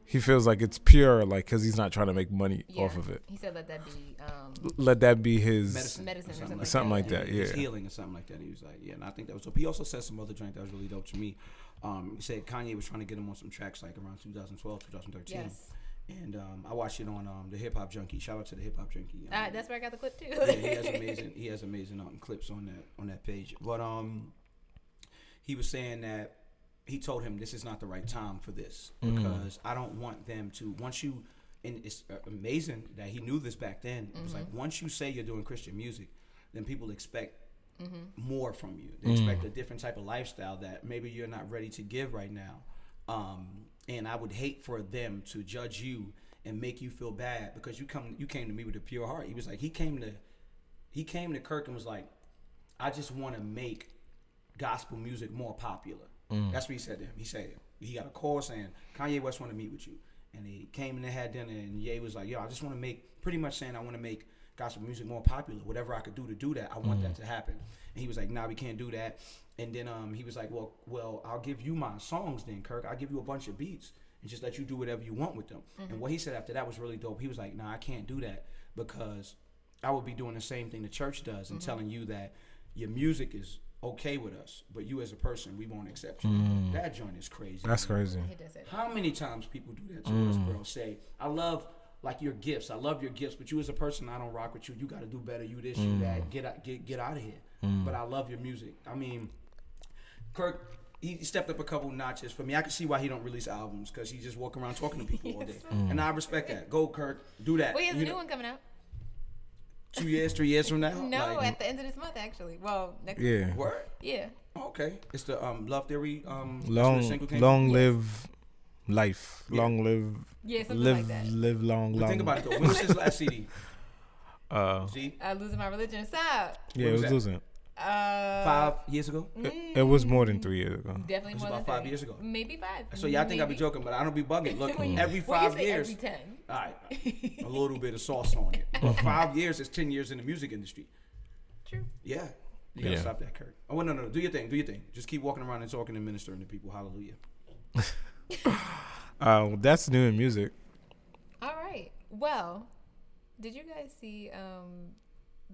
D: he feels like it's pure, like because he's not trying to make money
B: yeah.
D: off of it.
B: He said, "Let that be um,
D: Let that be his.
C: Medicine,
B: medicine or something,
D: Something like that,
C: It's
D: yeah.
C: healing or something like that. He was like, yeah, and I think that was dope. He also said some other joint that was really dope to me. Um, he said Kanye was trying to get him on some tracks like around 2012, 2013.
B: Yes,
C: And um, I watched it on um, the Hip Hop Junkie. Shout out to the Hip Hop Junkie.
B: uh,
C: Um,
B: that's where I got the clip too."
C: yeah, he
B: [laughs]
C: has amazing he has amazing um, clips on that on that page. But um, he was saying that he told him this is not the right time for this because I don't want them to once you and it's uh, amazing that he knew this back then. It was like once you say you're doing Christian music, then people expect. More from you. They expect a different type of lifestyle that maybe you're not ready to give right now. Um, and I would hate for them to judge you and make you feel bad because you come you came to me with a pure heart. He was like he came to he came to Kirk and was like, I just want to make gospel music more popular. That's what he said to him. He said he got a call saying Kanye West want to meet with you, and they came and they had dinner, and Ye was like, "Yo, I just want to make pretty much saying I want to make gospel music more popular. Whatever I could do to do that, I want that to happen." And he was like, "Nah, we can't do that." And then um, he was like, "Well, well, I'll give you my songs then, Kirk. I'll give you a bunch of beats." And just let you do whatever you want with them. And what he said after that was really dope. He was like, "Nah, I can't do that because I would be doing the same thing the church does
B: Mm-hmm.
C: and telling you that your music is okay with us, but you as a person, we won't accept you. That joint is crazy.
D: That's
C: man.
D: crazy.
B: He does it.
C: How many times people do that to us, bro? Say, I love like your gifts, I love your gifts, but you as a person, I don't rock with you. You got to do better. You this, you that. Get out, get get out of here. But I love your music. I mean, Kirk. He stepped up a couple notches for me. I can see why he don't release albums because he just walk around talking to people all day, and I respect that. Go, Kirk, do that.
B: Well, he has a
C: You
B: new
C: know,
B: one coming out.
C: two years, three years from now.
B: No,
C: Like,
B: at the end of this month, actually. Well, next
D: Yeah.
C: Word?
B: yeah.
C: Okay. It's the um Love Theory um that's where the
D: Long,
C: single came from?
D: long live life. Long live,
B: Yeah, something like
D: live,
B: that.
D: live long,
C: But
D: long.
C: think about it though. When was his last CD?
D: Uh,
C: See?
B: Uh, losing my religion. Stop.
D: yeah,
C: When
D: it
C: was
D: was
C: that?
D: losing.
B: Uh,
C: Five years ago?
D: It, it was more than three years ago.
B: Definitely
C: It's
B: more than
C: about five
B: three.
C: years ago.
B: Maybe five.
C: So y'all think I be
B: Maybe.
C: joking, but I don't
B: [laughs]
C: be bugging. Look,
B: When you-
C: every
B: well, you
C: five
B: say
C: years.
B: Every ten.
C: all right, a little bit of sauce on it.
D: [laughs]
C: But five years is ten years in the music industry.
B: True.
C: Yeah. You gotta
D: Yeah.
C: stop that, Kirk. Oh well, no, no, do your thing, do your thing. Just keep walking around and talking and ministering to people. Hallelujah.
D: Uh, well, that's new in music.
B: All right. Well, did you guys see um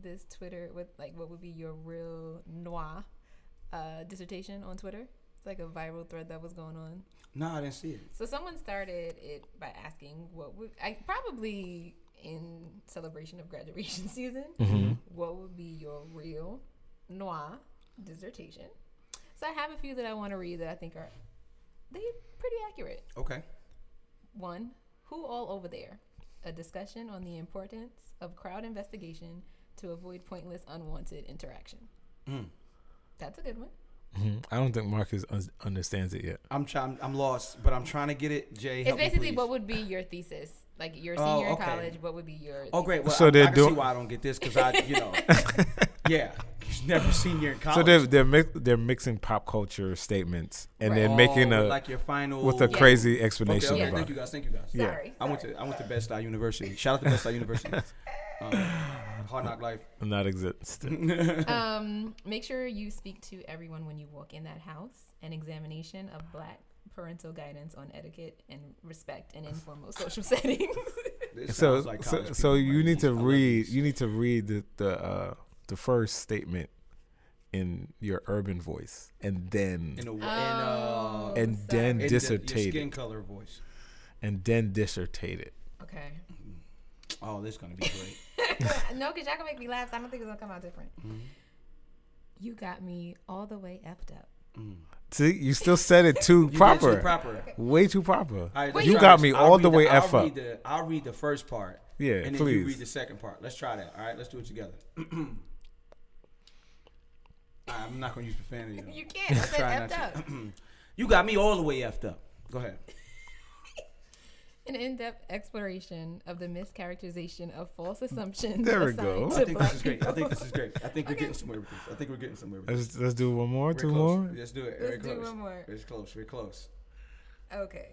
B: this Twitter with like what would be your real noir uh, dissertation on Twitter? It's like a viral thread that was going on.
C: No, I didn't see it.
B: So someone started it by asking what would I probably in celebration of graduation [laughs] season, what would be your real noir dissertation? So I have a few that I want to read that I think are they pretty accurate.
C: Okay.
B: One, who all over there? A discussion on the importance of crowd investigation to avoid pointless unwanted interaction.
C: Hmm.
B: That's a good one.
C: Mm-hmm.
D: Mhm. I don't think Marcus un- understands it yet.
C: I'm trying. I'm lost, but I'm trying to get it. Jay,
B: It's
C: help me,
B: basically
C: please.
B: what would be your thesis? Like your
C: Oh,
B: senior in
C: okay.
B: college, what would be your
C: Oh, great. Well,
D: So
C: so I,
D: they're
C: I can see
D: doing-
C: why I don't get this because I, you
D: [laughs]
C: know, yeah, You've never seen you in college.
D: So they're they're, mix, they're mixing pop culture statements and they're
C: Oh,
D: making a
C: like your final
D: with a
B: Yeah.
D: crazy
C: Okay,
D: explanation
C: okay,
D: about
C: thank you
D: it.
C: guys. Thank you guys.
D: Yeah.
B: Sorry.
C: I went to I went to Bed Stuy University. Shout out to Bed
D: [laughs]
C: Stuy University. Um, hard knock life.
D: Not exist.
B: um, make sure you speak to everyone when you walk in that house. An examination of black parental guidance on etiquette and respect in
C: [laughs]
B: informal social settings.
C: This
D: so
C: sounds like
D: so,
C: college
D: so
C: people,
D: you
C: man.
D: need
C: I
D: to
C: love
D: read
C: these.
D: you need to read the the uh, the first statement in your urban voice and then
C: in a in,
B: Oh.
C: uh,
D: and then
B: sorry.
C: in the-
D: dissertate
C: your skin
D: it
C: color voice.
D: and then dissertate it. [laughs]
B: okay.
C: Oh, this is gonna be great.
B: no, because y'all can make me laugh. so I don't think it's gonna come out different.
C: Mm-hmm.
B: You got me all the way effed up.
D: See, you still said
C: [laughs]
D: it too
C: You did
D: proper.
C: too proper.
D: Way too proper.
C: All right, let's
D: you
C: try
D: got
C: this.
D: me
C: I'll
D: all
C: read
D: the way
C: I'll
D: F up.
C: read the- I'll read the first part.
D: Yeah,
C: and then you
D: please.
C: read the second part. Let's try that. All right, let's do it together. [clears throat] All right, I'm not gonna use profanity. Though.
B: You can't. I
C: Try
B: said
C: not
B: effed
C: to.
B: up.
C: You got me all the way effed up. Go ahead.
B: An in-depth exploration of the mischaracterization of false assumptions.
D: There we
B: assigned
D: go.
B: to
C: Mm. I think
B: black
C: this is great. I
B: people.
C: think this is great. I think we're getting somewhere with this. I think we're getting somewhere with this.
D: Let's, let's do one more,
C: We're
D: two
C: close.
D: more.
C: Let's do it.
B: Let's
C: we're
B: do
C: close.
B: one more.
C: We're close. We're close.
B: Okay.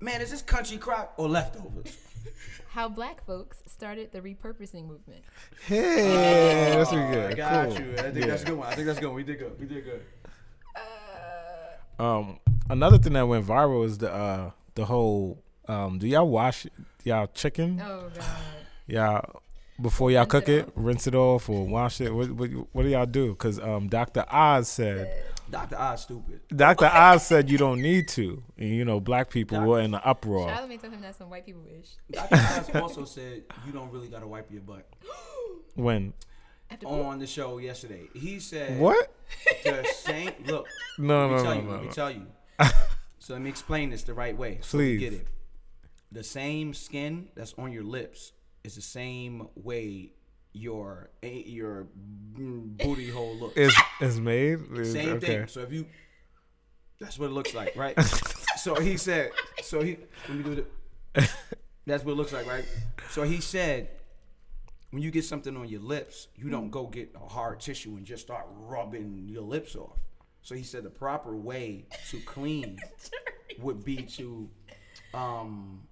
C: Man, is this country crock
D: [laughs]
C: or leftovers?
B: How black folks started the repurposing movement.
D: Hey, that's
C: Oh,
D: pretty good.
C: I got
D: Cool.
C: you. I think that's a good one. I think that's a good. One. We did good. We did good.
D: Um, another thing that went viral is the uh the whole um. Do y'all wash y'all chicken?
B: Oh god.
D: Y'all before y'all
B: Rinse
D: cook
B: it
D: it, rinse it off or wash it. What what, what do y'all do? Because um, Doctor Oz said
C: Doctor Oz, stupid.
D: [laughs] Doctor Oz said you don't need to. And you know, black people were in an uproar.
B: Charlamagne told him that's some white people wish.
D: [laughs]
C: Doctor Oz also said you don't really gotta wipe your butt
D: When
B: After poop.
C: on the show yesterday. He said
D: what?
C: the same.
D: [laughs]
C: Look,
D: No,
C: let me
D: no,
C: tell
D: no,
C: you.
D: no,
C: let me
D: no. [laughs]
C: tell you. so let me explain this the right way. So
D: Please.
C: we get it. The same skin that's on your lips is the same way your eh, your mm, booty hole looks.
D: Is is made? Is-
C: Same
D: okay.
C: thing. So if you, that's what it looks like,
D: [laughs]
C: right? so he said. So he let me do the. That's what it looks like, right? So he said, when you get something on your lips, you don't go get a hard tissue and just start rubbing your lips off. So he said the proper way to clean would be to, um,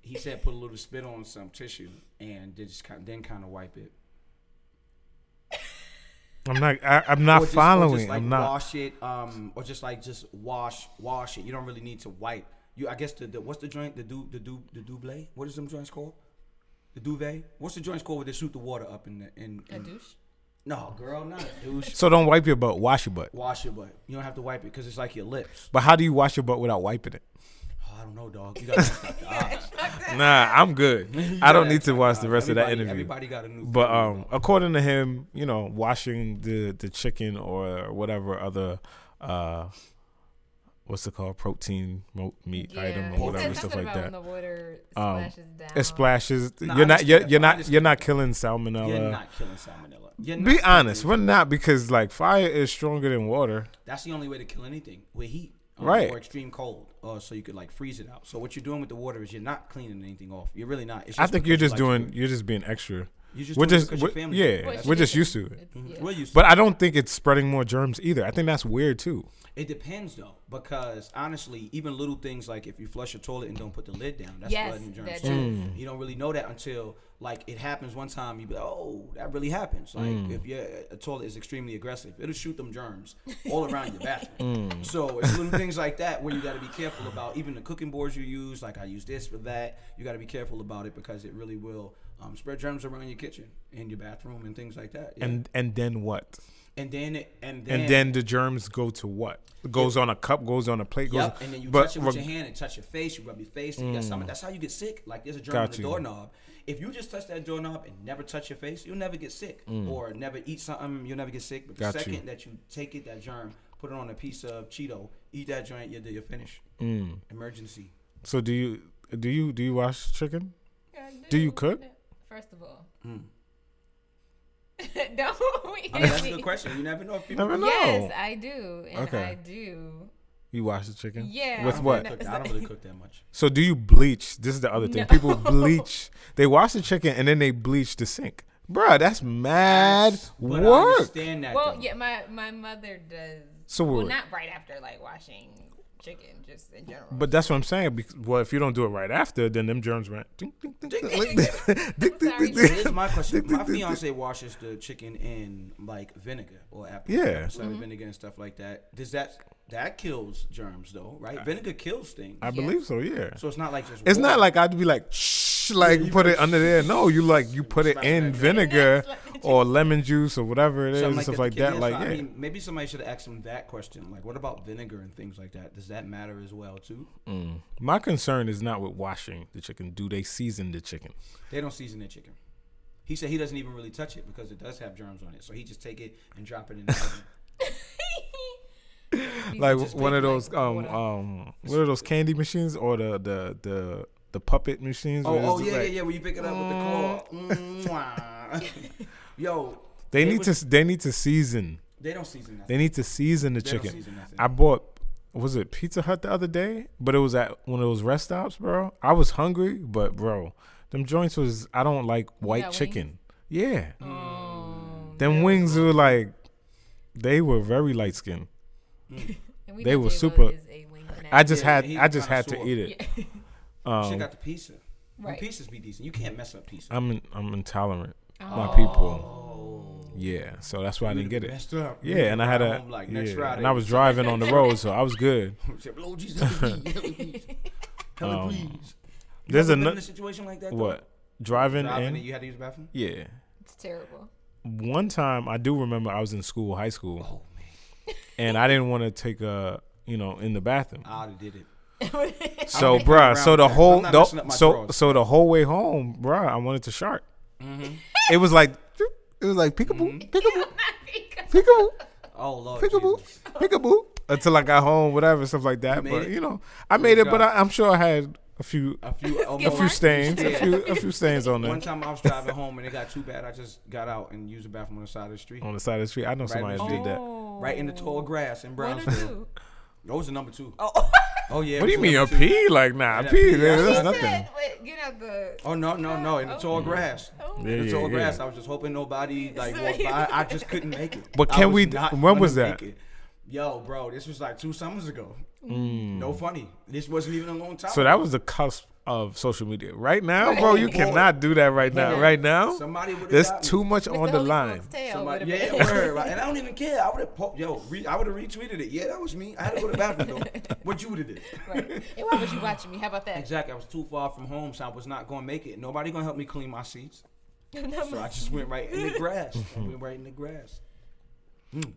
C: he said put a little spit on some tissue and then just kind then kind of wipe it.
D: I'm not. I, I'm not
C: Or just- or
D: following.
C: just, like,
D: I'm not.
C: Wash it, um, or just like just wash, wash it. You don't really need to wipe. You, I guess the, the what's the joint? The do the do the duble. What is them joints called? The duvet. What's the joints called where they shoot the water up in the in?
B: [laughs] a
C: in-
B: douche.
D: Mm.
C: No, girl, not a douche.
D: So don't wipe your butt. Wash your butt.
C: wash your butt. You don't have to wipe it because it's like your lips.
D: But how do you wash your butt without wiping
C: [laughs]
D: it?
C: Oh, I don't know,
D: [laughs]
C: dog. You got to
D: Nah, I'm
C: [laughs]
D: good. I don't need to watch the rest of that interview.
C: Everybody got a new.
D: But um, according to him, you know, washing the the chicken or whatever other uh, what's it called, protein mo- meat item
B: he
D: or whatever
B: said
D: stuff
B: something
D: like that.
B: about When the water
D: Um,
B: splashes down.
D: It splashes.
C: Nah, I
D: you're not. You're,
C: understand
D: you're
C: that. I
D: not. You're
C: understand
D: not killing salmonella.
C: you're not killing salmonella. You're
D: uh, Be
C: not-
D: honest, we're not because like fire is stronger than water.
C: That's the only way to kill anything with heat, um,
D: Right.
C: Or extreme cold, or so you could like freeze it out. So what you're doing with the water is you're not cleaning anything off. You're really not. It's
D: I think
C: because
D: you're
C: you
D: just
C: like to
D: doing.
C: do it.
D: You're just being extra.
C: You're just
D: we're
C: doing it
D: just.
C: because your
D: we're-
C: family does it.
D: yeah,
B: Well,
C: That's
D: we're
B: she
D: just
B: did.
D: used to it.
B: It's-
C: Mhm.
B: yeah.
C: We're used to
D: But
C: it.
D: I don't think it's spreading more germs either. I think that's weird too.
C: It depends though. because honestly, even little things like if you flush your toilet and don't put the lid down, that's
B: Yes,
C: blood and germs
B: that's
C: too.
B: true.
C: You don't really know that until like it happens one time. You be like, oh, that really happens. Like if your a toilet is extremely aggressive, it'll shoot them germs all around your bathroom. So it's little things like that where you got to be careful about. Even the cooking boards you use, like I use this for that. You got to be careful about it because it really will um, spread germs around your kitchen and your bathroom and things like that. Yeah.
D: And and then what?
C: and then it, and then
D: And then the germs go to what? It goes on a cup, goes on a plate, goes.
C: Yep, and then you
D: but
C: touch it
D: reg-
C: with
D: Mm.
C: your hand and touch your face. You rub your face. And you got something. That's how you get sick. Like there's a germ
D: Got
C: in the
D: you.
C: doorknob. If you just touch that doorknob and never touch your face, you'll never get sick. Or never eat something, you'll never get sick. But the
D: Mm. Got you.
C: second that you take it, that germ, put it on a piece of Cheeto, eat that joint, you're, you're finished.
D: Mm.
C: Emergency.
D: So do you do you do you wash chicken? Do you cook?
B: First of all, [laughs] don't.
C: Mm.
B: [laughs]
C: I mean, that's a good question. You never know if people.
D: Never know.
B: Yes, I do, and
D: Okay.
B: I do.
D: You wash the chicken.
B: Yeah.
D: With
B: I'm
D: what?
B: gonna-
C: Cook that. I don't really cook that much.
D: So do you bleach? This is the other thing.
B: No.
C: [laughs]
D: People bleach. They wash the chicken and then they bleach the sink. Bruh, that's mad
C: But I
D: work.
C: understand that.
B: Well,
C: though.
B: yeah, my my mother does.
D: So
B: well,
D: wait.
B: not right after like washing chicken, just in general.
D: But that's what I'm saying. Because, well, if you don't do it right after, then them germs run. Ding, ding, ding, ding, like this. Ding, ding, ding,
B: sorry.
D: ding.
C: Here's my [laughs] question. My fiance washes the chicken in like vinegar or apple
D: Yeah.
C: celery vinegar and stuff like that. Does that that kills germs though, right? Vinegar kills things.
D: I believe so. Yeah.
C: so it's not like just
D: It's not
C: water.
D: like I'd be like, shh, like put it under there. No, you like you put it in
C: [laughs]
D: vinegar or lemon juice or whatever it is, and stuff like that.
C: Yeah,
D: Like
C: so, I
D: yeah,
C: mean, maybe somebody should have asked him that question. Like, what about vinegar and things like that? Does that matter as well too?
D: my concern is not with washing the chicken. Do they season the chicken?
C: They don't season their chicken. He said he doesn't even really touch it because it does have germs on it. So he just take it and drop it in. the oven.
D: like
B: just
D: one
B: big,
D: of those
B: like,
D: um
B: water.
D: um what are those candy machines or the the the the puppet machines?
C: [laughs] Oh,
D: where it's
C: oh
D: just
C: yeah,
D: like-
C: yeah, yeah. When you pick it up with the claw. [laughs] Mwah. [laughs] Yo,
D: They
C: it
D: need
C: was-
D: to they need to season.
C: They don't season nothing.
D: They need to season the
C: They don't
D: chicken.
C: season nothing.
D: I bought was it Pizza Hut the other day, but it was at one of those rest stops, bro. I was hungry, but bro, them joints was I don't like white
B: got
D: chicken. Yeah,
B: Oh,
D: them wings were like they were very light skinned.
B: and we
D: they
B: know
D: were
B: J-Lo
D: super-
B: is a wing fanatic.
D: I just
C: Yeah,
D: had
C: he's
D: I just
C: kinda
D: had to
C: sore.
D: eat
B: [laughs]
D: it.
C: Shit
D: Um,
C: got the pizza. Them
B: Right.
C: Pizzas be decent. You can't mess up pizza.
D: I'm in, I'm intolerant. My
B: Oh.
D: people. Yeah, so that's why I didn't get it.
C: Messed up.
D: Yeah, and I had a
C: Home, like,
D: yeah,
C: next Friday.
D: and I was driving on the road, so I was good.
C: [laughs] Said, "Lord Jesus, help me, help me,
D: [laughs]
C: help me,
D: Um,
C: please." You
D: There's
C: ever been in
D: another
C: a situation like that. though?
D: what driving
C: Driving and
D: in?
C: you had to use the bathroom.
D: Yeah,
B: It's terrible. [laughs]
D: one time I do remember I was in school, high school,
C: Oh man,
D: and I didn't want to take a you know in the bathroom.
C: I did it.
D: so
C: I'm playing
D: bruh,
C: around
D: so
C: with
D: the
C: that.
D: whole
C: I'm not
D: the-
C: messing up my
D: so
C: drawers. Mm-hmm.
D: so the whole way home, bruh, I wanted to shark. It was like it was like peekaboo, peekaboo, peekaboo,
C: Oh Lord,
D: peekaboo,
C: Jesus.
D: peekaboo until I got home, whatever stuff like that.
C: made
D: But
C: it?
D: you know, I made it, but
C: job.
D: I, I'm sure I had a few
C: A few,
D: a
C: oh, Lord.
D: few stains, a
C: Yeah.
D: few a few stains on
C: One
D: there
C: time I was driving home and it got too bad. I just got out and used the bathroom on the side of the street,
D: on the side of the street. I know
C: Right Oh.
D: somebody
C: in the
D: that did [laughs] that.
C: right in the tall grass in
B: One or
C: Brownsville. [laughs]
B: two.
C: That was the number two. Oh, yeah. it
D: What do
C: was
D: you
C: the
D: mean a
C: number two.
D: pee? Like nah,
C: Yeah,
D: pee.
C: pee.
D: That's
B: He
D: nothing.
B: said, wait, get out the.
C: Oh no, no, no! In the tall grass.
B: Oh.
D: Yeah,
C: In the
D: yeah,
C: tall
D: yeah.
C: grass. I was just
B: [laughs]
C: hoping nobody like walked by. I just couldn't make it.
D: But
C: I
D: can we-
C: was not
D: when
C: gonna
D: was
C: make
D: that?
C: it. Yo, bro, this was like two summers ago. No funny. This wasn't even a long time.
D: Mm. So that was the cusp of social media. Right now, bro, you
C: Boy.
D: cannot do that right now. Right now,
C: Somebody would have
D: there's
C: got
D: too
C: me.
D: much
B: Mr.
D: on the
B: Holy
D: line.
B: Smokes tail
C: Somebody,
B: would've
C: yeah,
B: been- [laughs]
C: word, right. And I don't even care. I would have, po- yo, re- I would have retweeted it. Yeah, that was me. I had to go to the bathroom though.
B: [laughs]
C: What you would have did?
B: Right. Hey, why was you watching me? How about that?
C: Exactly. I was too far from home, so I was not gonna make it. Nobody gonna help me clean my seats.
B: [laughs]
C: So I just went right in the grass. I went right in the grass.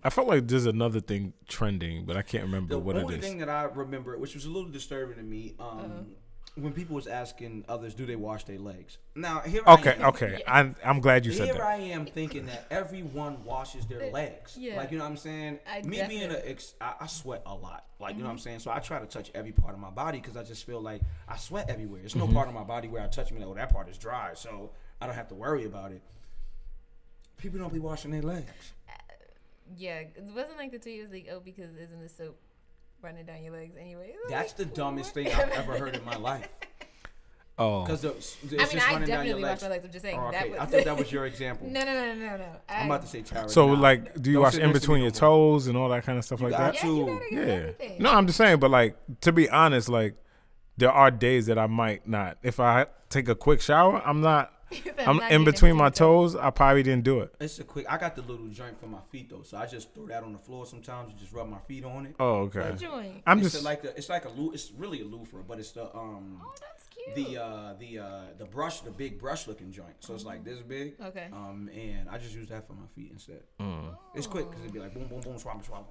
D: I felt like there's another thing trending, but I can't remember
C: The
D: what
C: only
D: it is.
C: thing that I remember, which was a little disturbing to me, um,
B: Uh-huh.
C: when people was asking others, "Do they wash their legs?" Now here,
D: Okay,
C: I am,
D: okay. I, I'm glad you said
C: Here
D: that.
C: I am thinking that everyone washes their legs.
B: yeah.
C: Like you know what I'm saying.
B: I
C: me being a,
B: definitely- Mm-hmm.
C: ex, I, I sweat a lot. Like you know what I'm saying. So I try to touch every part of my body because I just feel like I sweat everywhere. There's
D: Mm-hmm.
C: no part of my body where I touch me like, oh, that part is dry, so I don't have to worry about it. People don't be washing their legs.
B: Yeah, it wasn't like the tweet was like, oh, because isn't the soap running down your legs anyway? [laughs]
C: That's the dumbest thing I've ever heard in my life.
D: Oh,
C: Because the, the-
B: I
C: it's
B: mean,
C: just
B: I
C: running down your
B: definitely wash
C: legs.
B: my legs. I'm just saying.
C: Oh,
B: that
C: okay.
B: was,
C: I thought that was your example.
B: [laughs] No, no, no, no, no. no. I,
C: I'm about to say Tara.
D: so
C: now.
D: like, do you
C: Don't
D: wash
C: sit
D: in
C: next to
D: between
C: me
D: your
C: no more.
D: toes and all that kind of stuff like
C: got
D: that?
B: yeah, you
C: to-
B: gotta get
D: Yeah.
B: everything.
D: No, I'm just saying, but like to be honest, like there are days that I might not. If I take a quick shower, I'm not.
B: I'm
D: I'm,
B: not
D: in
B: getting
D: between
B: into
D: my
B: the toe.
D: toes. I probably didn't do it.
C: It's a quick. I got the little joint for my feet though, so I just throw that on the floor sometimes and just rub my feet on it.
D: Oh, okay.
B: What joint?
D: I'm
C: it's
D: just
C: a- like a, it's like a loo. It's really a loofah, but it's the um
B: Oh, that's cute.
C: the uh the uh the brush, the big brush looking joint. So it's like this big.
B: Okay.
C: Um, and I just use that for my feet instead.
D: Mm.
C: It's quick because it'd be like boom, boom, boom, swab, swab.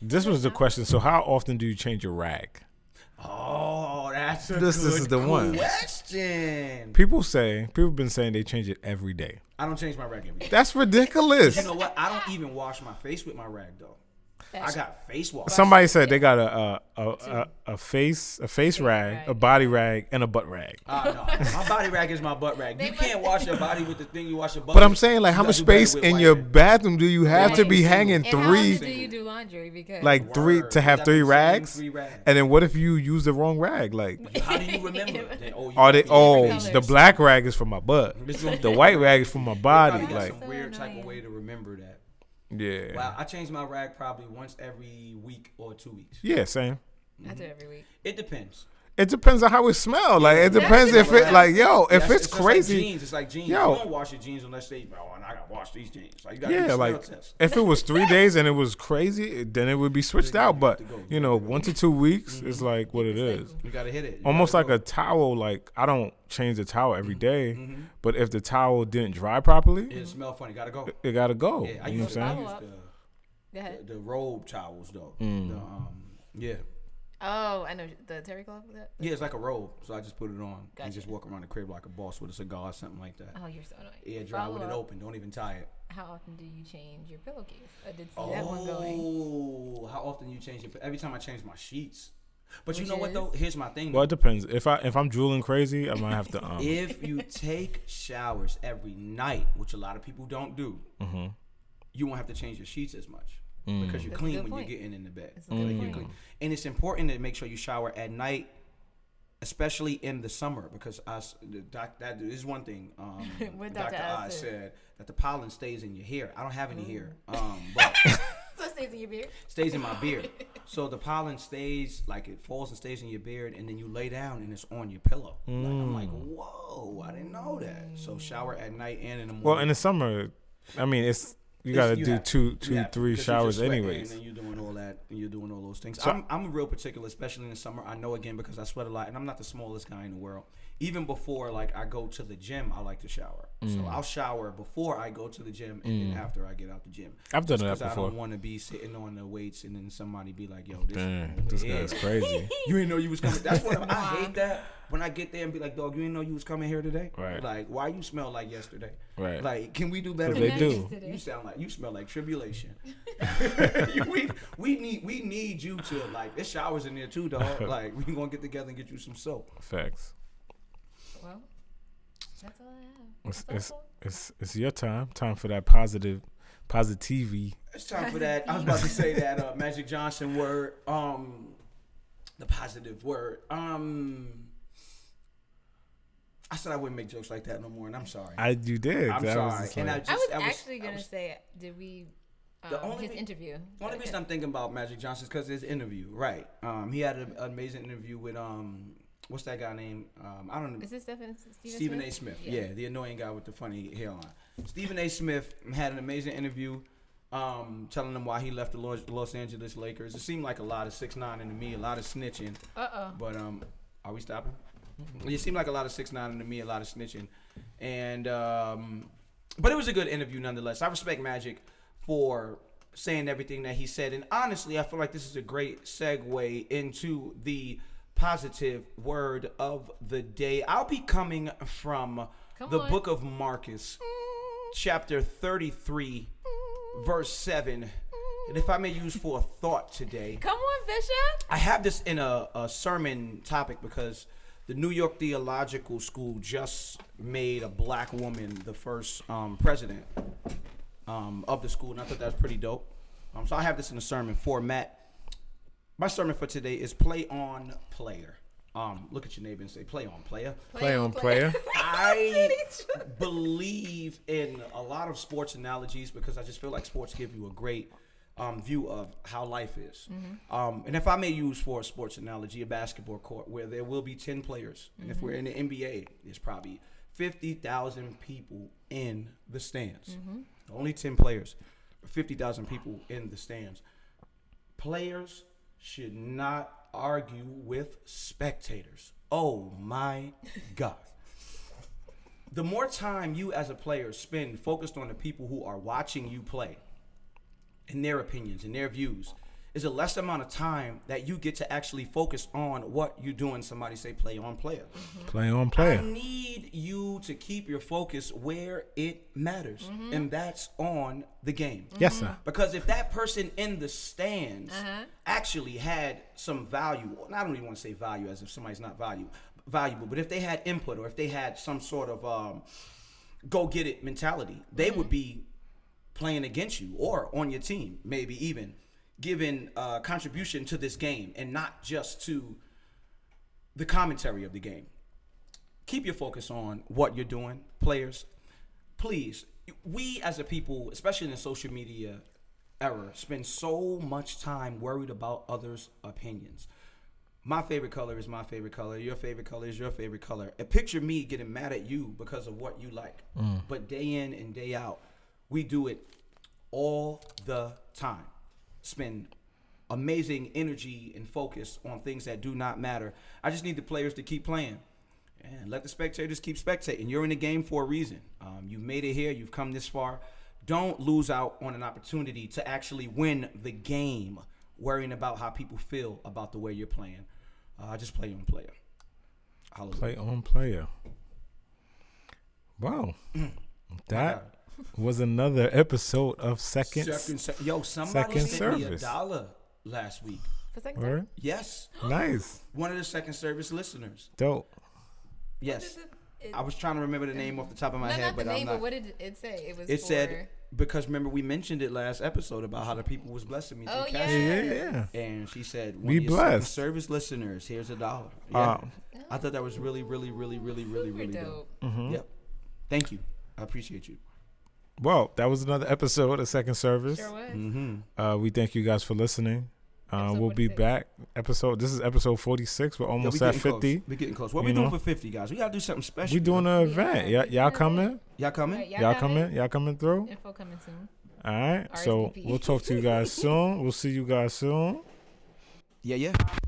D: this was the question. So how often do you change your rag?
C: Oh, that's a
D: This- this
C: good
D: is the one.
C: question.
D: People say people have been saying they change it every day.
C: I don't change my rag every day.
D: That's ridiculous.
C: You know what? I don't even wash my face with my rag though. I got face wash.
D: Somebody said they got a a, a, a, a face a face rag,
B: rag.
D: a body rag, and a butt rag.
C: Ah, no. My body rag is my butt rag. You can't wash your body with the thing you wash your butt.
D: But I'm
C: with.
D: saying like,
C: You
D: how
C: gotta
D: much
C: do better
D: space
C: with
D: in
C: wiping.
D: your [laughs] bathroom do you have to be
B: Right.
D: hanging
B: and how often
D: three?
B: do you do laundry? Because
D: like three
C: Word.
D: to have
C: That
D: three
C: means
D: rags,
C: three rags.
D: and then what if you use the wrong rag? Like,
C: How do you remember? Then, oh, you
D: are they?
C: got
D: Oh,
B: colors.
D: the black rag is for my butt.
C: It's gonna
D: The
C: be-
D: white rag is for my
C: probably
D: body.
C: got
D: Like,
C: some
B: So
C: weird type of
B: annoying.
C: way to remember that.
D: yeah,
C: Wow, I change my rag probably once every week or two weeks.
D: yeah, same.
B: I do every week.
C: It depends.
D: It depends on how it smells. Like, it depends if it like yo, if
C: That's-
D: it's
C: just Like
D: crazy.
C: jeans. It's like jeans.
D: Yo.
C: You don't wash your jeans unless they. Oh, and I gotta wash these jeans. Like you gotta do
D: Yeah,
C: the smell
D: like
C: test.
D: if it was three days and it was crazy, it- then it would be switched out. But you know, one to two weeks
C: Mm-hmm.
D: is like what it is.
C: You gotta hit it. You
D: Almost
C: gotta
D: like a
C: go. Mm-hmm.
D: towel. Like I don't change the towel every day, but if the towel didn't dry properly,
C: It smell funny. Gotta go.
D: it gotta go.
C: Yeah, I
D: You know
C: used
D: what
C: to
D: I'm
B: follow
D: saying?
B: saying?
C: use
B: Go
C: the-
D: Mm-hmm.
B: ahead.
C: the robe towels though. The, um, yeah,
B: Oh, I know the terry cloth. with that?
C: yeah, it's like a robe. So I just put it on and just
B: Gotcha.
C: walk around the crib like a boss with a cigar or something like that.
B: Oh, you're so annoying.
C: Yeah, dry with it
B: Follow up.
C: open. Don't even tie it.
B: How often do you change your pillowcase? I did see that one going.
C: Oh, how often you change it? Every time I change my sheets. But you
B: Which
C: know what though? Here's my thing.
D: Well,
C: though.
D: it depends. If I if I'm drooling crazy, I might have to. Um,
C: If you take showers every night, which a lot of people don't do, you won't have to change your sheets as much because you're
B: That's a
C: clean
B: good
C: when
B: point.
C: you're getting in the bed.
B: That's a good
C: Like,
B: point.
C: you're clean. And it's important to make sure you shower at night, especially in the summer, because I s the doc, that is one thing. Um,
B: [laughs] What
C: Dr.
B: Dr. Oz
C: Oz
B: said. Mm.
C: said that the pollen stays in your hair. I don't have any hair, um, but
B: So it stays in your [laughs] beard.
C: stays in my beard. So the pollen stays like it falls and stays in your beard, and then you lay down and it's on your pillow. Like, I'm like, whoa, I didn't know that. So shower at night and in the morning.
D: well, in the summer, I mean, it's you
C: It's-
D: gotta
C: you
D: do
C: have-
D: two,
C: you
D: two,
C: have to,
D: three
C: because you just
D: showers
C: sweating
D: anyways.
C: And then you're doing all that, and you're doing all those things. I'm, I'm real particular, especially in the summer. I know again because I sweat a lot, and I'm not the smallest guy in the world. Even before like I go to the gym, I like to shower. So
D: Mm.
C: I'll shower before I go to the gym, and then after I get out the gym.
D: I've done
C: Just
D: that
C: 'cause I
D: before.
C: don't want to be sitting on the weights, and then somebody be like, "Yo, this,
D: Damn, this
C: yeah.
D: guy's crazy.
C: You didn't know you was coming. That's
D: [laughs]
C: what I hate that. When I get there and be like, dog, you didn't know you was coming here today.
D: Right.
C: Like, why you smell like yesterday?
D: Right.
C: Like, can we do better?
D: 'Cause they
C: than
D: do.
C: this? You sound like you smell like tribulation. [laughs] You- we, we need we need you to like. There's showers in there too, dog. Like, we gonna get together and get you some soap.
D: Facts.
B: Well, that's all I have.
D: It's,
B: That's
D: it's
B: all.
D: it's it's your time. Time for that positive, positivity.
C: It's time for that. I was about to say that uh, Magic Johnson word. Um, the positive word. Um. I said I wouldn't make jokes like that no more, and I'm sorry.
D: I you did.
C: I'm
D: That was
C: sorry.
D: just
C: And I
D: like-
C: just
B: I was
C: I
B: actually
C: I
B: gonna
C: was-
B: say, did we? Um,
C: The only
B: his
C: re-
B: interview.
C: Only
B: but-
C: reason I'm thinking about Magic Johnson is because his interview, right? Um, he had an amazing interview with um, what's that guy named? Um, I don't know.
B: Is this Stephen? Stephen,
C: Stephen A. Smith. Yeah. the annoying guy with the funny hairline. Stephen A. Smith had an amazing interview, um, telling them why he left the Los, Los Angeles Lakers. It seemed like a lot of six nine into me, a lot of snitching.
B: Uh oh.
C: But um, are we stopping? It seemed like a lot of six nine to me, a lot of snitching, and um, but it was a good interview nonetheless. I respect Magic for saying everything that he said, and honestly, I feel like this is a great segue into the positive word of the day. I'll be coming from
B: Come
C: the
B: on.
C: Book of Marcus, chapter thirty-three, verse seven. And if I may use for a thought today,
B: Come on, Bishop.
C: I have this in a, a sermon topic because the New York Theological School just made a black woman the first um, president um, of the school, and I thought that was pretty dope. Um, so I have this in a sermon format. My sermon for today is play on player. Um, look at your neighbor and say, "Play on, player."
D: Play on,
B: [laughs]
D: player.
C: I believe in a lot of sports analogies because I just feel like sports give you a great um, view of how life is. Um, and if I may use for a sports analogy, a basketball court where there will be 10 players, and if we're in the NBA, there's probably 50,000 people in the stands. Only 10 players, 50,000 people in the stands. Players should not argue with spectators. Oh my God the more time you as a player spend focused on the people who are watching you play and their opinions and their views is a less amount of time that you get to actually focus on what you're doing. Somebody say play on player.
D: Play on,
C: I
D: player.
C: need you to keep your focus where it matters, and that's on the game.
D: Yes, sir.
C: Because if that person in the stands
B: Uh-huh.
C: actually had some value, and I don't even want to say value as if somebody's not value, valuable, but if they had input or if they had some sort of um, go get it mentality, they would be playing against you or on your team, maybe even giving uh, contribution to this game and not just to the commentary of the game. Keep your focus on what you're doing, players. Please, we as a people, especially in the social media era, spend so much time worried about others' opinions. My favorite color is my favorite color. Your favorite color is your favorite color. And picture me getting mad at you because of what you like. But day in and day out, we do it all the time. Spend amazing energy and focus on things that do not matter. I just need the players to keep playing. And let the spectators keep spectating. You're in the game for a reason. Um, you've made it here. You've come this far. Don't lose out on an opportunity to actually win the game, worrying about how people feel about the way you're playing. Uh, just play on player. Holla.
D: Play on, player.
C: [clears throat]
D: Wow. That was another episode of Second.
C: Second, se- yo, somebody
D: second
C: sent me a
D: service.
C: dollar last week.
B: For second time?
D: Word?
C: Yes,
D: Nice.
C: one of the second service listeners.
D: Dope.
C: Yes,
B: It-
C: I was trying to remember the name off the top of my
B: no,
C: head,
B: not the
C: but I'm
B: name,
C: not.
B: but what did it say? It was
C: It
B: for,
C: said because remember we mentioned it last episode about how the people was blessing me through
B: Oh,
C: Cash
B: yeah.
C: App.
D: Yeah, yeah.
C: and she said one
D: Be
C: of your second
D: blessed.
C: service listeners here's a dollar. Yeah.
D: Um,
C: I thought that was really really really really really
B: Oh. super
C: really dope.
B: dope.
C: Yep. Thank you. I appreciate you.
D: Well, that was another episode of Second Service.
B: Sure was.
C: Mm-hmm.
D: Uh, we thank you guys for listening. Uh,
B: Episode
D: we'll be
B: 46.
D: back. Episode. This is episode forty-six. We're
C: Yo,
D: almost
C: we
D: at
C: getting
D: fifty.
C: Close. We getting close. What
D: You
C: we doing
D: know?
C: for 50 guys? We got to do something special.
D: We doing an
B: Yeah.
D: event. Y'all, y'all coming?
C: Y'all coming?
B: Right,
D: Y'all
B: got
D: coming?
B: it?
D: Y'all coming through?
B: Info coming soon.
D: All right. So
B: RSVP.
D: we'll talk to you guys soon. We'll see you guys soon.
C: Yeah, yeah.